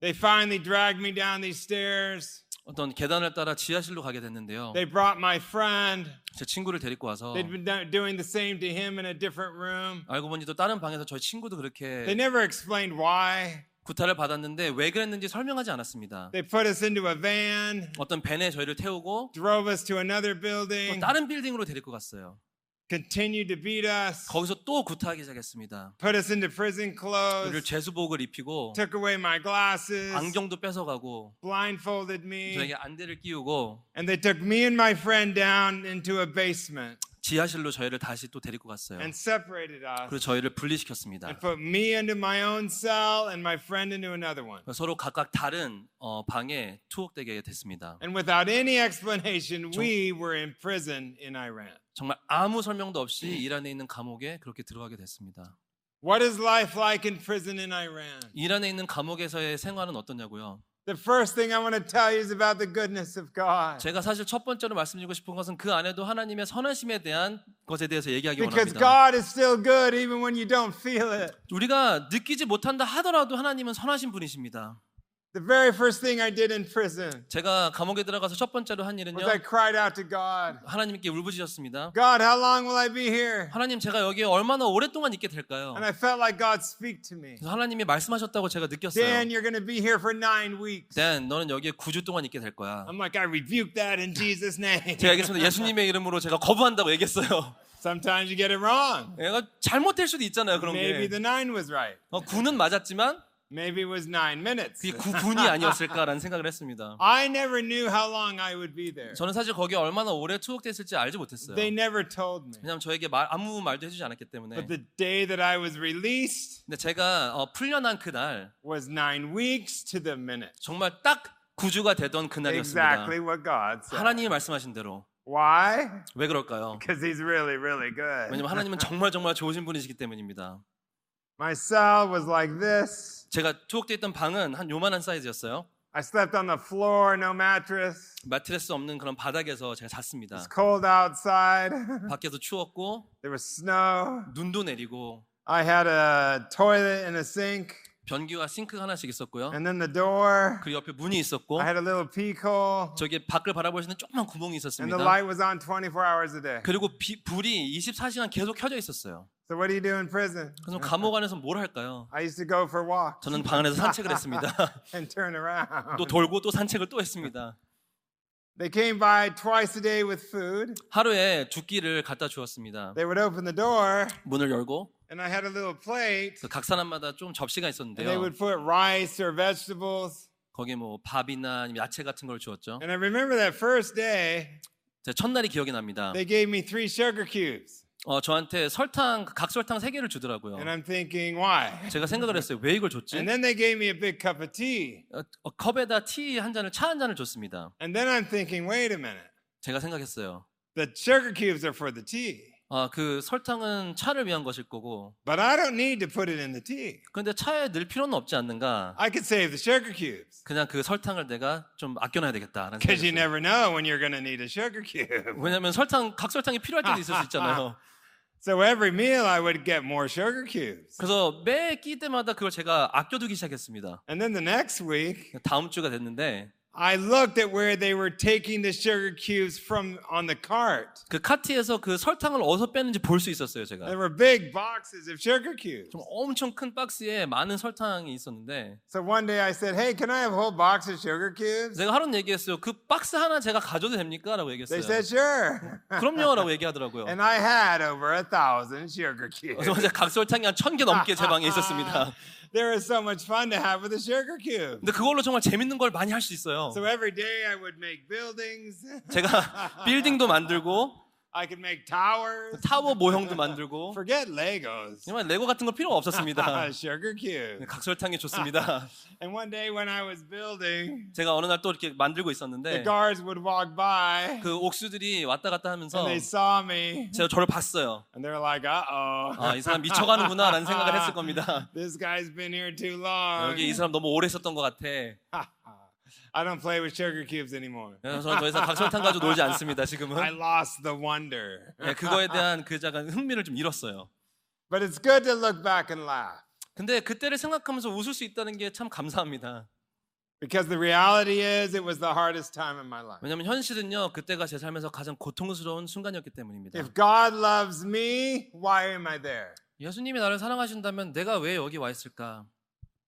S1: They finally dragged me down these stairs.
S2: 어떤 계단을 따라 지하실로 가게 됐는데요.
S1: They brought my friend.
S2: 제 친구를 데리고 와서
S1: They'd been do- doing the same to him in a different room.
S2: 알고 보니 또 다른 방에서 저희 친구도
S1: They
S2: 그렇게
S1: never explained why.
S2: 구타를 받았는데 왜 그랬는지 설명하지 않았습니다.
S1: They put us into a van,
S2: 어떤 벤에 저희를 태우고
S1: drove us to another
S2: 또
S1: building,
S2: 뭐 다른 빌딩으로 데리고 갔어요.
S1: continued to beat us.
S2: 거기서 또 구타하기 시작했습니다.
S1: put us into prison
S2: 우리를
S1: clothes,
S2: 죄수복을 입히고
S1: took away my glasses,
S2: 안경도 뺏어가고
S1: blindfolded me,
S2: 저에게 안대를 끼우고
S1: and they took me and my friend down into a basement
S2: 지하실로 저희를 다시 또 데리고 갔어요.
S1: and separated
S2: 그리고
S1: us
S2: 저희를
S1: and
S2: 분리시켰습니다.
S1: put me into my own cell and my friend into another one.
S2: 서로 각각 다른 어, 방에 투옥되게 됐습니다.
S1: And without any explanation, we were in prison in Iran.
S2: 정말 아무 설명도 없이
S1: 음.
S2: 이란에 있는 감옥에 그렇게 들어가게 됐습니다.
S1: What is life like in prison in Iran?
S2: 이란에 있는 감옥에서의 생활은 어떠냐고요?
S1: The first thing I want to tell you is about the goodness of God.
S2: 제가 사실 첫 번째로 말씀드리고 싶은 것은 그 안에도 하나님의 선하심에 대한 것에 대해서 얘기하기
S1: Because
S2: 원합니다.
S1: God is still good even when you don't feel it.
S2: 우리가 느끼지 못한다 하더라도 하나님은 선하신 분이십니다.
S1: The very first thing I did in prison
S2: 제가 감옥에 들어가서 첫 번째로 한 일은요.
S1: was I cried out to God.
S2: 하나님께 울부짖었습니다.
S1: God, how long will I be here?
S2: 하나님 제가 여기에 얼마나 오랫동안 있게 될까요?
S1: And I felt like God speak to me.
S2: 그래서 하나님이 말씀하셨다고 제가
S1: Dan,
S2: 느꼈어요.
S1: you're going to be here for nine weeks.
S2: 댄 너는 여기에 9주 동안 있게 될 거야.
S1: I'm like, I rebuke that in Jesus' name.
S2: 제가 얘기했습니다. 예수님의 이름으로 제가 거부한다고 얘기했어요.
S1: Sometimes you get it wrong.
S2: 내가 잘못될 수도 있잖아요. 그런
S1: Maybe
S2: 게.
S1: the nine was right.
S2: 어, 9는 맞았지만
S1: Maybe it was nine minutes.
S2: 그게 9분이 아니었을까라는 생각을 했습니다.
S1: I never knew how long I would be there.
S2: 저는 사실 거기에 얼마나 오래 투옥됐을지 알지 못했어요.
S1: They never told me.
S2: 왜냐하면 저에게 말, 아무 말도 해주지 않았기 때문에.
S1: But the day that I was released
S2: 근데 제가 어, 풀려난 그날
S1: was nine weeks to the minute.
S2: 정말 딱 9주가 되던 그날이었습니다.
S1: Exactly what God said.
S2: 하나님이 말씀하신 대로.
S1: Why?
S2: 왜 그럴까요?
S1: Because He's really, really good.
S2: 왜냐면 하나님은 정말 정말 좋으신 분이시기 때문입니다.
S1: My cell was like this.
S2: 제가 투옥돼 있던 방은 한 요만한 사이즈였어요.
S1: I slept on the floor, no mattress.
S2: 마트레스 없는 그런 바닥에서 제가 잤습니다.
S1: It's cold outside.
S2: 밖에서 추웠고
S1: there was snow.
S2: 눈도 내리고
S1: I had a toilet and a sink,
S2: 변기와 싱크가 하나씩 있었고요.
S1: and then the door.
S2: 그리고 옆에 문이 있었고
S1: I had a little peek hole,
S2: 저기 밖을 바라볼 수 있는 조그만 구멍이
S1: and the
S2: 있었습니다.
S1: light was on 24 hours a day.
S2: 그리고 비- 불이 24시간 계속 켜져 있었어요.
S1: So what do you do in prison?
S2: 그래서 감옥 안에서 뭘 할까요?
S1: I used to go for walks
S2: 저는 방 안에서 산책을 했습니다.
S1: and turn around.
S2: 또 돌고 또 산책을 또 했습니다.
S1: They came by twice a day with food.
S2: 하루에 두 끼를 갖다 주었습니다.
S1: They would open the door,
S2: 문을 열고
S1: and I had a little plate,
S2: 그각 사람마다 좀 접시가
S1: and they
S2: 있었는데요.
S1: would put rice or vegetables.
S2: 거기에 뭐 밥이나 아니면 야채 같은 걸 주었죠.
S1: And I remember that first day,
S2: 제 첫날이 기억이 납니다.
S1: they gave me three sugar cubes.
S2: 어, 저한테 설탕 그 각설탕 세 개를 주더라고요.
S1: And I'm thinking, why?
S2: 제가 생각을 했어요. 왜 이걸 줬지?
S1: And then they gave me a big cup of tea.
S2: 어, 어, 컵에다 티 한 잔을 차 한 잔을 줬습니다.
S1: And then I'm thinking, wait a minute.
S2: 제가 생각했어요.
S1: The sugar cubes are for the tea.
S2: 아, 그 설탕은 차를 위한 것일 거고
S1: but I don't need to put it in the tea.
S2: 그런데 차에 넣을 필요는 없지 않는가?
S1: I could save the sugar cubes
S2: 그냥 그 설탕을 내가 좀 아껴놔야 되겠다라는
S1: because you never
S2: 생각이 들어요.
S1: know when you're going to need a sugar cube.
S2: 왜냐면 설탕 각 설탕이 필요할 때도 있을 수 있잖아요.
S1: So every meal I would get more sugar cubes.
S2: 그래서 매 끼 때마다 그걸 제가 아껴두기 시작했습니다.
S1: And then the next week,
S2: 다음 주가 됐는데
S1: I looked at where they were taking the sugar cubes from on the cart.
S2: 그 카트에서 그 설탕을 어디서 뺐는지 볼 수 있었어요,
S1: There
S2: 제가.
S1: were big boxes of sugar cubes.
S2: 좀 엄청 큰 박스에 많은 설탕이 있었는데
S1: So one day I said, Hey, can I have a whole box of sugar cubes?
S2: 제가 하루는 얘기했어요. 그 박스 하나 제가 가져도 됩니까? 라고
S1: They
S2: 얘기했어요.
S1: said, Sure.
S2: 그럼요 라고 얘기하더라고요.
S1: And I had over a thousand sugar
S2: 그래서
S1: cubes.
S2: 제가 각설탕이 한 천 개 넘게 제 방에 있었습니다.
S1: There was so much fun to have with a sugar cube.
S2: 근데 그걸로 정말 재밌는 걸 많이 할 수 있어요.
S1: So every day I would make buildings,
S2: 제가 빌딩도 만들고
S1: I could make towers.
S2: 타워 모형도 만들고
S1: Forget Legos.
S2: 정말 레고 같은 거 필요가 없었습니다.
S1: sugar cube.
S2: 각설탕이 좋습니다.
S1: And one day when I was building,
S2: 제가 어느 날 또 이렇게 만들고
S1: the
S2: 있었는데
S1: guards would walk by
S2: 그 옥수들이 왔다 갔다 하면서
S1: and they saw me
S2: 제가 저를 봤어요.
S1: and they were like, uh
S2: 아, 이
S1: oh.
S2: 사람 미쳐가는구나라는 생각을 했을 겁니다.
S1: This guy's been here too
S2: 여기 이
S1: long.
S2: 사람 너무 오래 있었던 것 같아.
S1: I don't play with sugar cubes anymore.
S2: 그래서 저는 더 이상 각설탕 가지고 놀지 않습니다.
S1: I
S2: 지금은
S1: lost the wonder.
S2: 네, 그거에 대한 그 약간 흥미를 좀 잃었어요.
S1: But it's good to look back and laugh
S2: 근데 그때를 생각하면서 웃을 수 있다는 게 참 감사합니다.
S1: because the reality is it was the hardest time in my life.
S2: 왜냐면 현실은요 그때가 제 삶에서 가장 고통스러운 순간이었기 때문입니다.
S1: If God loves me, why am I there?
S2: 예수님이 나를 사랑하신다면 내가 왜 여기 와 있을까?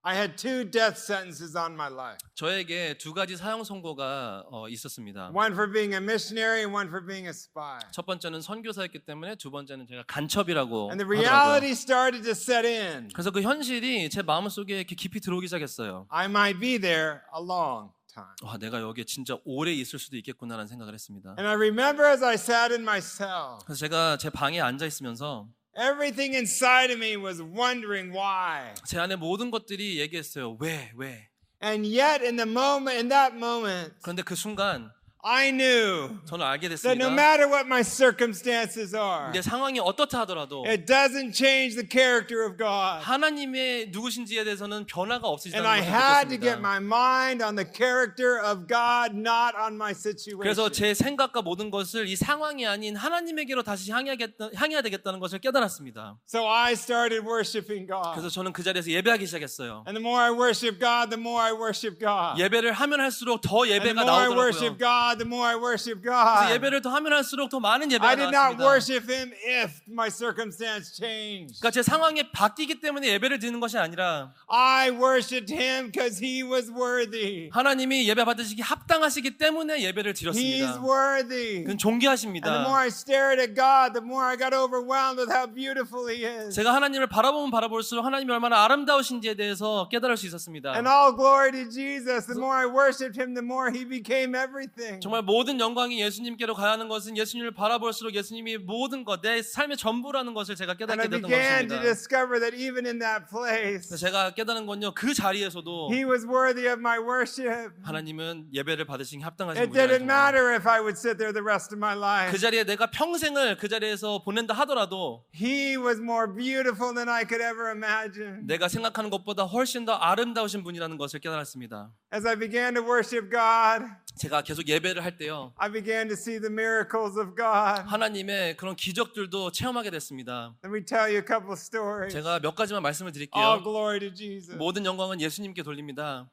S1: I had two death sentences on my life
S2: 저에게 두 가지 사형 선고가 어, 있었습니다.
S1: one for being a missionary and one for being a spy.
S2: 첫 번째는 선교사였기 때문에 두 번째는 제가 간첩이라고
S1: And the
S2: 하더라고요.
S1: reality started to set in.
S2: 그래서 그 현실이 제 마음속에 이렇게 깊이 들어오기 시작했어요.
S1: I might be there a long time.
S2: 와, 내가 여기에 진짜 오래 있을 수도 있겠구나라는 생각을 했습니다.
S1: And I remember as I sat in my cell,
S2: 그래서 제가 제 방에 앉아 있으면서
S1: everything inside of me was wondering why.
S2: 제 안에 모든 것들이 얘기했어요. 왜? 왜?
S1: And yet, in the moment, in that moment,
S2: 그런데 그 순간
S1: I knew
S2: 저는 알게
S1: that no
S2: 됐습니다.
S1: matter what my circumstances are,
S2: 내 상황이 어떻다 하더라도
S1: it doesn't change the character of God.
S2: 하나님의 누구신지에 대해서는 변화가
S1: And I
S2: 없으시다는 것을
S1: had to get
S2: 느꼈습니다.
S1: my mind on the character of God, not on my
S2: 그래서
S1: situation.
S2: 제 생각과 모든 것을 이 상황이 아닌 하나님에게로 다시 향해야겠다, 향해야 되겠다는 것을 깨달았습니다.
S1: So I started worshiping
S2: 그래서
S1: God.
S2: 저는 그 자리에서 예배하기 시작했어요.
S1: And the more I worship God, the more I worship God.
S2: 예배를 하면 할수록 더
S1: And the
S2: 예배가
S1: more I
S2: 나오더라고요.
S1: worship God, the more I worship
S2: 그래서
S1: God.
S2: 예배를 더 하면 할수록 더 많은
S1: I
S2: 예배가
S1: did not
S2: 나왔습니다.
S1: worship Him if my circumstance changed.
S2: 그러니까 제 상황이 바뀌기 때문에 예배를 드리는 것이 아니라
S1: I worshiped Him because He was worthy.
S2: 하나님이 예배 받으시기 합당하시기 때문에 예배를
S1: He's
S2: 드렸습니다.
S1: worthy. And the more
S2: 그건 존귀하십니다.
S1: I stared at God, the more I got overwhelmed with how beautiful He is.
S2: 제가 하나님을 바라보면 바라볼수록 하나님이 얼마나 아름다우신지에 대해서 깨달을 수 있었습니다.
S1: And all glory to Jesus. The more I worshiped Him, the more He became everything.
S2: 정말 모든 영광이 예수님께로 가야 하는 것은 예수님을 바라볼수록 예수님이 모든 것, 내 삶의 전부라는 것을 제가
S1: And I
S2: 깨닫게 됐던
S1: began to
S2: 것입니다.
S1: discover that even in that place,
S2: 그래서 제가 깨달은 건요, 그 자리에서도
S1: He was worthy of my worship.
S2: 하나님은 예배를 받으신 합당하신
S1: It didn't
S2: 분이라그
S1: matter if I would sit there the rest of my life.
S2: 그 자리에 내가 평생을 그 자리에서 보낸다 하더라도
S1: He was more beautiful than I could ever imagine.
S2: 내가 생각하는 것보다 훨씬 더 아름다우신 분이라는 것을 깨달았습니다.
S1: As I began to worship God,
S2: 제가 계속 예배를 할 때요,
S1: I began to see the miracles of God.
S2: 하나님의 그런 기적들도 체험하게 됐습니다.
S1: Let me tell you a couple of stories.
S2: 제가 몇 가지만 말씀을
S1: All
S2: 드릴게요.
S1: glory to Jesus.
S2: 모든 영광은 예수님께 돌립니다.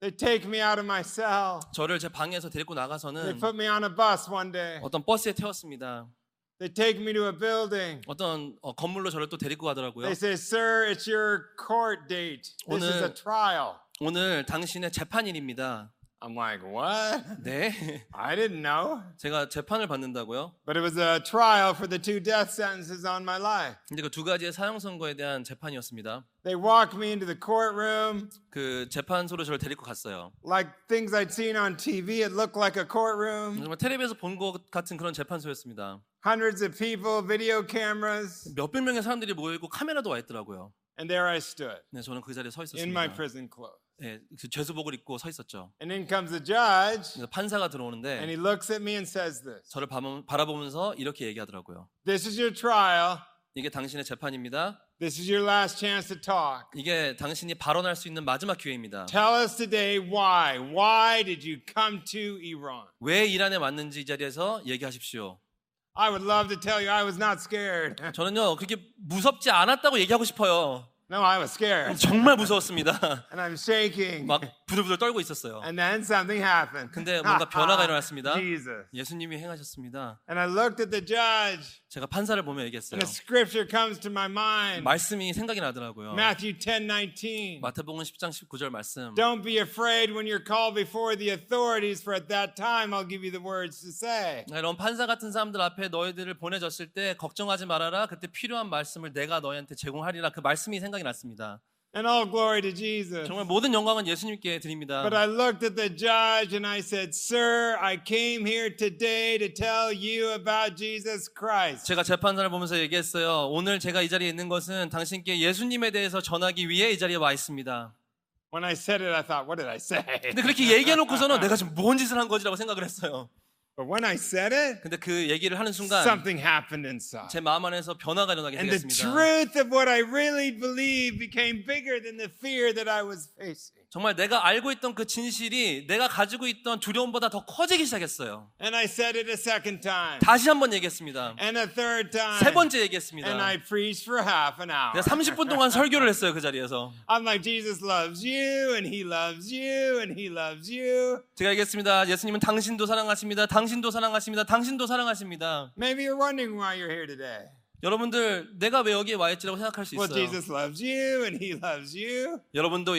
S1: They take me out of my cell.
S2: 저를 제 방에서 데리고
S1: They
S2: 나가서는
S1: put me on a bus one day.
S2: 어떤 버스에 태웠습니다.
S1: They take me to a building.
S2: 어떤 어, 건물로 저를 또 데리고 가더라고요.
S1: They say, Sir, it's your court date. This is a
S2: 오늘-
S1: trial.
S2: 오늘 당신의 재판일입니다.
S1: I'm like, What?
S2: 네.
S1: I didn't know.
S2: 제가 재판을 받는다고요?
S1: But it was a trial for the two death sentences on my life.
S2: 근데 그 두 가지의 사형 선고에 대한 재판이었습니다.
S1: They walked me into the courtroom.
S2: 그 재판소로 저를 데리고 갔어요.
S1: Like things I'd seen on TV, it looked like a courtroom.
S2: 정말 텔레비에서 본 것 같은 그런 재판소였습니다.
S1: Hundreds of people, video cameras.
S2: 몇백 명의 사람들이 모여 있고 카메라도 와 있더라고요.
S1: And there I stood
S2: 네, 저는 그 자리에 서
S1: in my
S2: 있었습니다.
S1: prison clothes.
S2: 예, 그 죄수복을 입고 서 있었죠.
S1: And in comes the judge,
S2: 그래서 판사가
S1: and he
S2: 들어오는데
S1: looks at me and says this
S2: 저를 밤- 바라보면서 이렇게 얘기하더라고요.
S1: This is your trial.
S2: 이게 당신의 재판입니다.
S1: This is your last chance to talk.
S2: 이게 당신이 발언할 수 있는 마지막 기회입니다.
S1: Tell us today why. Why did you come to Iran?
S2: 왜 이란에 왔는지 이 자리에서 얘기하십시오.
S1: I would love to tell you I was not scared.
S2: 저는요 그렇게 무섭지 않았다고 얘기하고 싶어요.
S1: no, I was scared.
S2: 정말 무서웠습니다.
S1: And I'm shaking.
S2: 막 부들부들 떨고 있었어요.
S1: And then something happened.
S2: 근데 뭔가 변화가 일어났습니다.
S1: Jesus.
S2: 예수님이 행하셨습니다.
S1: And I looked at the judge,
S2: 제가 판사를 보며 얘기했어요.
S1: and a scripture comes to my mind.
S2: 말씀이 생각이 나더라고요.
S1: Matthew 10 19.
S2: 마태복음 10장 19절 말씀.
S1: Don't be afraid when you're called before the authorities, for at that time I'll give you the words to say.
S2: 아, 이런 판사 같은 사람들 앞에 너희들을 보내졌을 때 걱정하지 말아라. 그때 필요한 말씀을 내가 너희한테 제공하리라. 그 말씀이 생각이 났습니다.
S1: And all glory to Jesus.
S2: 정말 모든 영광은 예수님께 드립니다.
S1: But I looked at the judge and I said, Sir, I came here today to tell you about Jesus Christ.
S2: 제가 재판사를 보면서 얘기했어요. 오늘 제가 이 자리에 있는 것은 당신께 예수님에 대해서 전하기 위해 이 자리에 와 있습니다.
S1: When I said it, I thought, What did I say?
S2: 근데 그렇게 얘기해놓고서는 내가 지금 뭔 짓을 한 거지라고 생각을 했어요.
S1: But when I said it,
S2: 근데 그 얘기를 하는 순간
S1: something happened inside.
S2: 제 마음 안에서 변화가 일어나게
S1: And the
S2: 되었습니다.
S1: truth of what I really believe became bigger than the fear that I was facing.
S2: 정말 내가 알고 있던 그 진실이 내가 가지고 있던 두려움보다 더 커지기 시작했어요.
S1: And I said it a second time,
S2: 다시 한번 얘기했습니다.
S1: and a third
S2: 세
S1: time.
S2: 번째
S1: And
S2: 얘기했습니다.
S1: I preached for half an hour.
S2: 내가 30분 동안 설교를 했어요 그 자리에서.
S1: I'm like, Jesus loves you, and he loves you, and he loves you.
S2: 제가 얘기했습니다. 예수님은 당신도 사랑하십니다. 당신도 사랑하십니다. 당신도 사랑하십니다.
S1: Maybe you're wondering why you're here today.
S2: 여러분들 내가 왜 여기에 와 있지라고 생각할 수
S1: Well,
S2: 있어요.
S1: Jesus loves you, and he loves you.
S2: 여러분도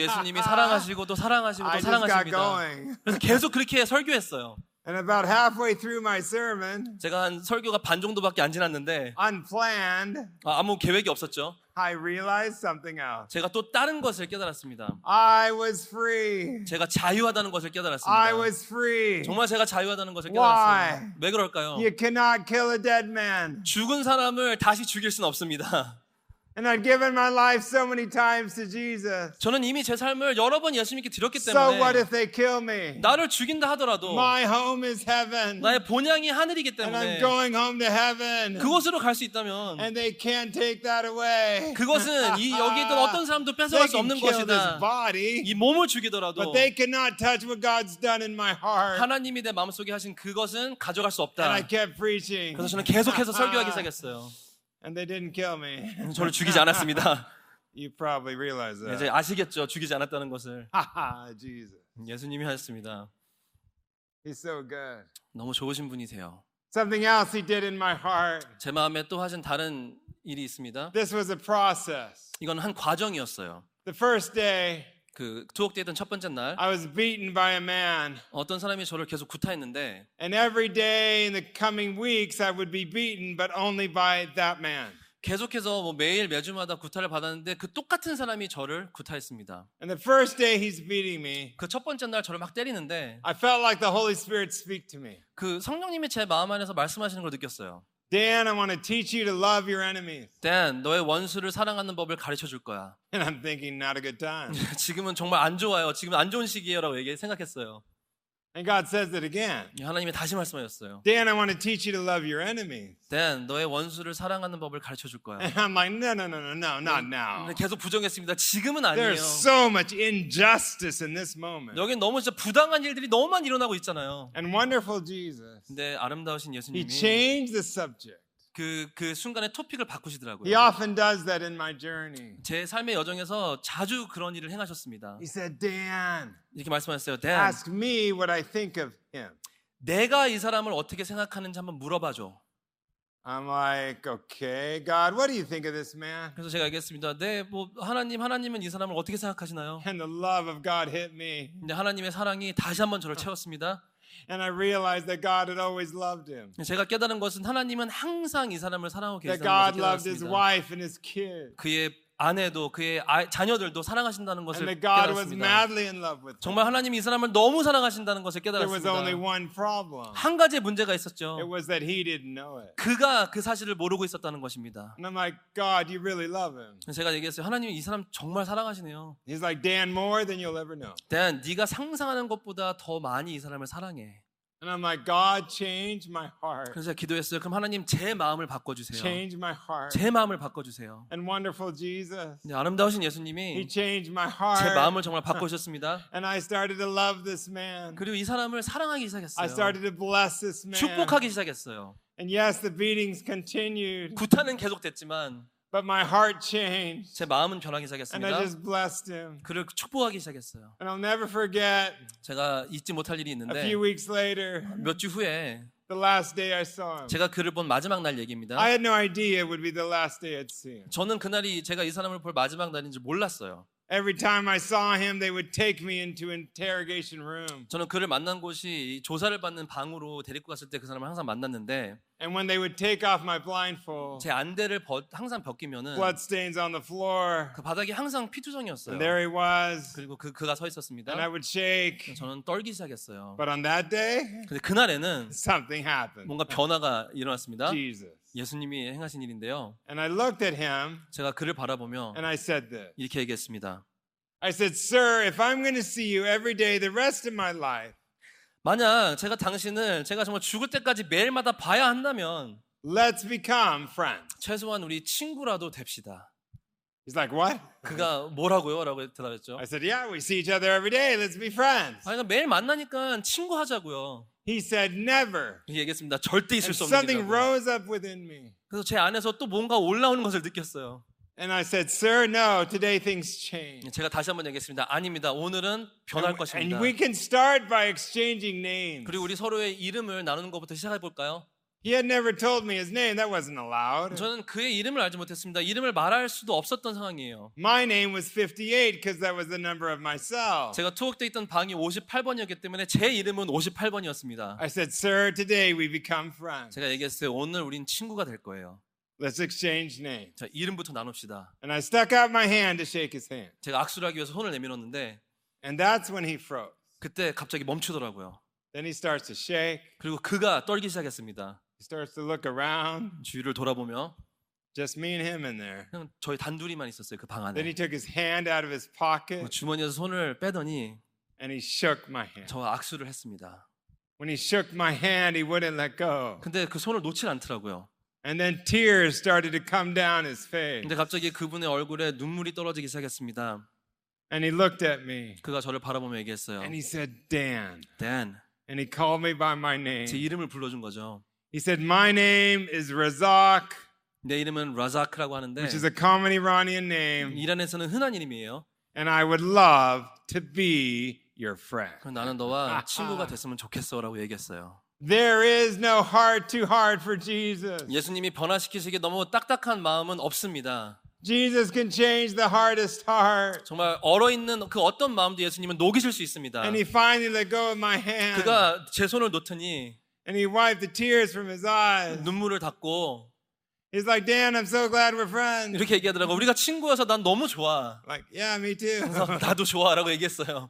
S2: 예수님이 사랑하시고 또 사랑하시고
S1: I
S2: 또
S1: just got
S2: 사랑하십니다.
S1: going.
S2: 그래서 계속 그렇게 설교했어요.
S1: And about halfway through my sermon,
S2: 제가 한 설교가 반 정도밖에 안 지났는데
S1: unplanned,
S2: 아, 아무 계획이 없었죠.
S1: I realized something else.
S2: 제가 또 다른 것을 깨달았습니다.
S1: I was free.
S2: 제가 자유하다는 것을
S1: I
S2: 깨달았습니다.
S1: was free.
S2: 정말 제가 자유하다는 것을
S1: Why? 예,
S2: 깨달았어요. 왜 그럴까요?
S1: You cannot kill a dead man.
S2: 죽은 사람을 다시 죽일 수는 없습니다.
S1: And I'd given my life so many times to Jesus.
S2: 저는 이미 제 삶을 여러 번 예수님께 드렸기
S1: So what
S2: 때문에
S1: if they kill me?
S2: 나를 죽인다 하더라도
S1: My home is heaven.
S2: 나의 본향이 하늘이기
S1: And I'm
S2: 때문에
S1: going home to heaven.
S2: 그곳으로 갈 수 있다면
S1: And they can't take that away.
S2: 그것은 이 여기 있던 어떤 사람도
S1: They
S2: 뺏어갈 수
S1: can
S2: 없는
S1: kill this
S2: 것이다.
S1: body,
S2: 이 몸을
S1: but
S2: 죽이더라도
S1: they cannot touch what God's done in my heart.
S2: 하나님이 내 마음속에 하신 그것은 가져갈 수
S1: And I
S2: 없다.
S1: kept preaching.
S2: 그래서 저는 계속해서 설교하기 시작했어요.
S1: And they didn't kill me.
S2: 저를 죽이지 않았습니다.
S1: You probably realize
S2: 네, 이제
S1: that.
S2: 아시겠죠? 죽이지 않았다는 것을
S1: Ha ha, Jesus.
S2: 예수님이 하셨습니다.
S1: He's so good.
S2: 너무 좋으신 분이세요.
S1: Something else he did in my heart.
S2: 제 마음에 또 하신 다른 일이 있습니다.
S1: This was a process.
S2: 이건 한 과정이었어요.
S1: The first day,
S2: 그 투옥됐던 첫 번째 날
S1: I was beaten by a man.
S2: 어떤 사람이 저를 계속 구타했는데
S1: And every day in the coming weeks, I would be beaten, but only by that man.
S2: 계속해서 뭐 매일 매주마다 구타를 받았는데 그 똑같은 사람이 저를 구타했습니다.
S1: And the first day he's beating me,
S2: 그 첫 번째 날 저를 막 때리는데
S1: I felt like the Holy Spirit speak to me.
S2: 그 성령님이 제 마음 안에서 말씀하시는 걸 느꼈어요.
S1: Dan, I want to teach you to love your enemies.
S2: 댄, 너의 원수를 사랑하는 법을 가르쳐 줄 거야.
S1: And I'm thinking, not a good time.
S2: 지금은 정말 안 좋아요. 지금 안 좋은 시기예요라고 얘기 생각했어요.
S1: And God says it again.
S2: 하나님이 다시 말씀하셨어요.
S1: Dan, I want to teach you to love your enemies.
S2: 댄, 너의 원수를 사랑하는 법을 가르쳐 줄 거야.
S1: And I'm like, no, no, no, no, no, not now.
S2: 근데 계속 부정했습니다. 지금은 아니에요.
S1: There's so much injustice in this moment.
S2: 여긴 너무 진짜 부당한 일들이 너무 많이 일어나고 있잖아요.
S1: And wonderful Jesus,
S2: 근데 네, 아름다우신
S1: he
S2: 예수님이
S1: changed the subject.
S2: 그, 그 순간에 토픽을
S1: He
S2: 바꾸시더라고요.
S1: often does that in my journey.
S2: 제 삶의 여정에서 자주 그런 일을 행하셨습니다.
S1: He said, Dan,
S2: 이렇게 말씀하셨어요. 댄,
S1: ask me what I think of him.
S2: 내가 이 사람을 어떻게 생각하는지 한번 물어봐줘.
S1: I'm like, okay, God, what do you think of this man?
S2: 그래서 제가 얘기했습니다. 네, 뭐 하나님, 하나님은 이 사람을 어떻게 생각하시나요?
S1: And the love of God hit me.
S2: 근데 하나님의 사랑이 다시 한번 저를 채웠습니다.
S1: And I realized that God had always loved him.
S2: 제가 깨달은 것은 하나님은 항상 이 사람을 사랑하고
S1: That
S2: 계시다는 것을
S1: God loved his
S2: 깨달았습니다.
S1: wife and his kids.
S2: 그의 아내도 그의 아- 자녀들도 사랑하신다는 것을
S1: and that God was
S2: 깨달았습니다.
S1: madly in love with them.
S2: 정말 하나님이 이 사람을 너무 사랑하신다는 것을
S1: There was only
S2: 깨달았습니다.
S1: one problem.
S2: 어. 한 가지 문제가
S1: It
S2: 있었죠.
S1: was that he didn't know it.
S2: 그가 그 사실을 모르고 있었다는 것입니다.
S1: And I'm like, God, you really love him.
S2: 제가 얘기했어요. 하나님 이 사람 정말 사랑하시네요.
S1: He's like, Dan, more than you'll ever know.
S2: 단 네가 상상하는 것보다 더 많이 이 사람을 사랑해.
S1: And I'm like, God, change my heart.
S2: 그래서 제가 기도했어요. 그럼 하나님 제 마음을 바꿔주세요.
S1: Change my heart.
S2: 제 마음을 바꿔주세요.
S1: And wonderful Jesus,
S2: 네, 아름다우신
S1: he
S2: 예수님이
S1: changed my
S2: 제
S1: heart.
S2: 마음을 정말 바꿔주셨습니다.
S1: And I started to love this man.
S2: 그리고 이 사람을 사랑하기
S1: I
S2: 시작했어요.
S1: started to bless this man.
S2: 축복하기 시작했어요.
S1: And yes, the beatings continued,
S2: 구타는 계속됐지만
S1: but my heart changed.
S2: 제 마음은 변하기
S1: And I
S2: 시작했습니다.
S1: just blessed him.
S2: 그를 축복하기 시작했어요.
S1: And I'll never forget
S2: 제가 잊지 못할 일이
S1: a
S2: 있는데
S1: few weeks later,
S2: 몇 주 후에
S1: the last day I saw him.
S2: 제가 그를 본 마지막 날 얘기입니다.
S1: I had no idea it would be the last day I'd see him.
S2: 저는 그날이 제가 이 사람을 볼 마지막 날인 줄 몰랐어요.
S1: Every time I saw him, they would take me into interrogation room.
S2: 저는 그를 만난 곳이 이 조사를 받는 방으로 데리고 갔을 때 그 사람을 항상 만났는데
S1: And when they would take off my blindfold,
S2: 제 안대를 벗- 항상 벗기면은
S1: bloodstains on the floor,
S2: 그 바닥이 항상 피투성이었어요.
S1: and there he was,
S2: 그리고 그 그가
S1: and
S2: 서
S1: I
S2: 있었습니다.
S1: would shake.
S2: 저는 떨기 시작했어요.
S1: But on that day,
S2: 근데 그날에는
S1: something happened.
S2: 뭔가 변화가 일어났습니다.
S1: Jesus.
S2: 예수님이 행하신 일인데요.
S1: And I looked at him
S2: 제가 그를 바라보며
S1: and I said this.
S2: 이렇게 얘기했습니다.
S1: I said, Sir, if I'm going to see you every day the rest of my life,
S2: 만약 제가 당신을 제가 정말 죽을 때까지 매일마다 봐야 한다면
S1: let's become friends.
S2: 최소한 우리 친구라도 됩시다.
S1: He's like, What?
S2: 그가 뭐라고요? 라고 대답했죠.
S1: I said, Yeah, we see each other every day. Let's be friends.
S2: 아니, 그러니까 매일 만나니까 친구 하자고요.
S1: He said, Never.
S2: 이렇게 얘기했습니다. 절대 있을
S1: And
S2: 수 없는
S1: something
S2: 일이라고.
S1: rose up within me.
S2: 그래서 제 안에서 또 뭔가 올라오는 것을 느꼈어요.
S1: And I said, Sir, no, today things change.
S2: 제가 다시 한번 얘기했습니다. 아닙니다. 오늘은 변할
S1: And,
S2: 것입니다.
S1: and we can start by exchanging names.
S2: 그리고 우리 서로의 이름을 나누는 것부터 시작해 볼까요?
S1: He had never told me his name. That wasn't allowed.
S2: 저는 그의 이름을 알지 못했습니다. 이름을 말할 수도 없었던 상황이에요.
S1: My name was 58 because that was the number of my cell.
S2: 제가 투옥돼 있던 방이 58번이었기 때문에 제 이름은 58번이었습니다.
S1: I said, Sir, today we become friends.
S2: 제가 얘기했어요. 오늘 우린 친구가 될 거예요.
S1: Let's exchange names.
S2: 자, 이름부터 나눕시다.
S1: And I stuck out my hand to shake his hand.
S2: 제가 악수를 하기 위해서 손을 내밀었는데
S1: And that's when he froze.
S2: 그때 갑자기 멈추더라고요.
S1: Then he starts to shake.
S2: 그리고 그가 떨기 시작했습니다.
S1: He starts to look around.
S2: 주위를 돌아보며
S1: Just me and him in there.
S2: 그냥 저희 단둘이만 있었어요 그 방
S1: Then
S2: 안에 그
S1: he took his hand out of his pocket
S2: 주머니에서 손을 빼더니
S1: and he shook my hand.
S2: 저와 악수를 했습니다
S1: When he shook my hand, he wouldn't let go.
S2: 근데 그 손을 놓질 않더라고요
S1: And then tears started to come down his face.
S2: 근데 갑자기 그분의 얼굴에 눈물이 떨어지기 시작했습니다
S1: And he looked at me
S2: 그가 저를 바라보며 얘기했어요
S1: and he said, Dan.
S2: Dan
S1: And he called me by my
S2: 제
S1: name.
S2: 이름을 불러준 거죠
S1: He said, My name is Razak,
S2: 내 이름은 라자크라고 하는데
S1: which is a common Iranian name,
S2: 이란에서는 흔한 이름이에요
S1: and I would love to be your friend.
S2: 그럼 나는 너와 친구가 됐으면 좋겠어 라고 얘기했어요
S1: There is no heart too hard for Jesus.
S2: 예수님이 변화시키시기에 너무 딱딱한 마음은 없습니다
S1: Jesus can change the hardest heart.
S2: 정말 얼어있는 그 어떤 마음도 예수님은 녹이실 수 있습니다
S1: And he finally let go of my hand.
S2: 그가 제 손을 놓더니
S1: And he wiped the tears from his eyes.
S2: 눈물을 닦고
S1: He's like, Dan, I'm so glad we're friends.
S2: 이렇게 얘기하더라고. 우리가 친구여서 난 너무 좋아.
S1: Like, yeah, me too.
S2: 그래서 나도 좋아라고 얘기했어요.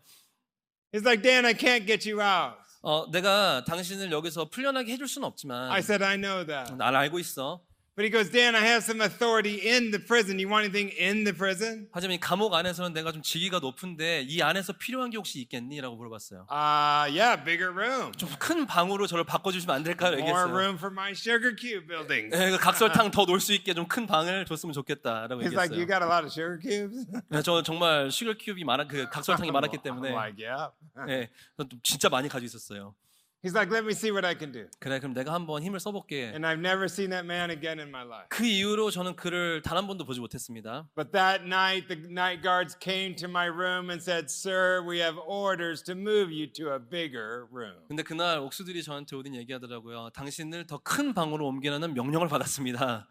S1: He's like, Dan, I can't get you out.
S2: 어, 내가 당신을 여기서 풀려나게 해줄 수는
S1: I
S2: 없지만
S1: said, I know that.
S2: 난 알고 있어.
S1: But he goes, Dan, I have some authority in the prison. You want anything in the prison?
S2: 하지만 이 감옥 안에서는 내가 좀 지위가 높은데 이 안에서 필요한 게 혹시 있겠니?라고 물어봤어요.
S1: Uh, yeah, bigger room.
S2: 좀 큰 방으로 저를 바꿔주시면 안 될까요?
S1: More
S2: 얘기했어요.
S1: room for my sugar cube buildings.
S2: 예, 그 각설탕 더 놀 수 있게 좀 큰 방을 줬으면 좋겠다라고
S1: He's like, You
S2: 얘기했어요.
S1: got a lot of sugar cubes?
S2: 예, 저는 정말 슈거 큐브이 많아 그 각설탕이 많았기
S1: I'm
S2: 때문에
S1: like, Yeah.
S2: 예, 저는 좀 진짜 많이 가지고 있었어요.
S1: He's like, Let me see what I can do.
S2: 그래 그럼 내가 한번 힘을 써볼게.
S1: And I've never seen that man again in my life.
S2: 그 이후로 저는 그를 단 한 번도 보지 못했습니다.
S1: But that night, the night guards came to my room and said, Sir, we have orders to move you to a bigger room.
S2: 근데 그날 옥수들이 저한테 오딘 얘기하더라고요. 당신을 더 큰 방으로 옮기라는 명령을 받았습니다.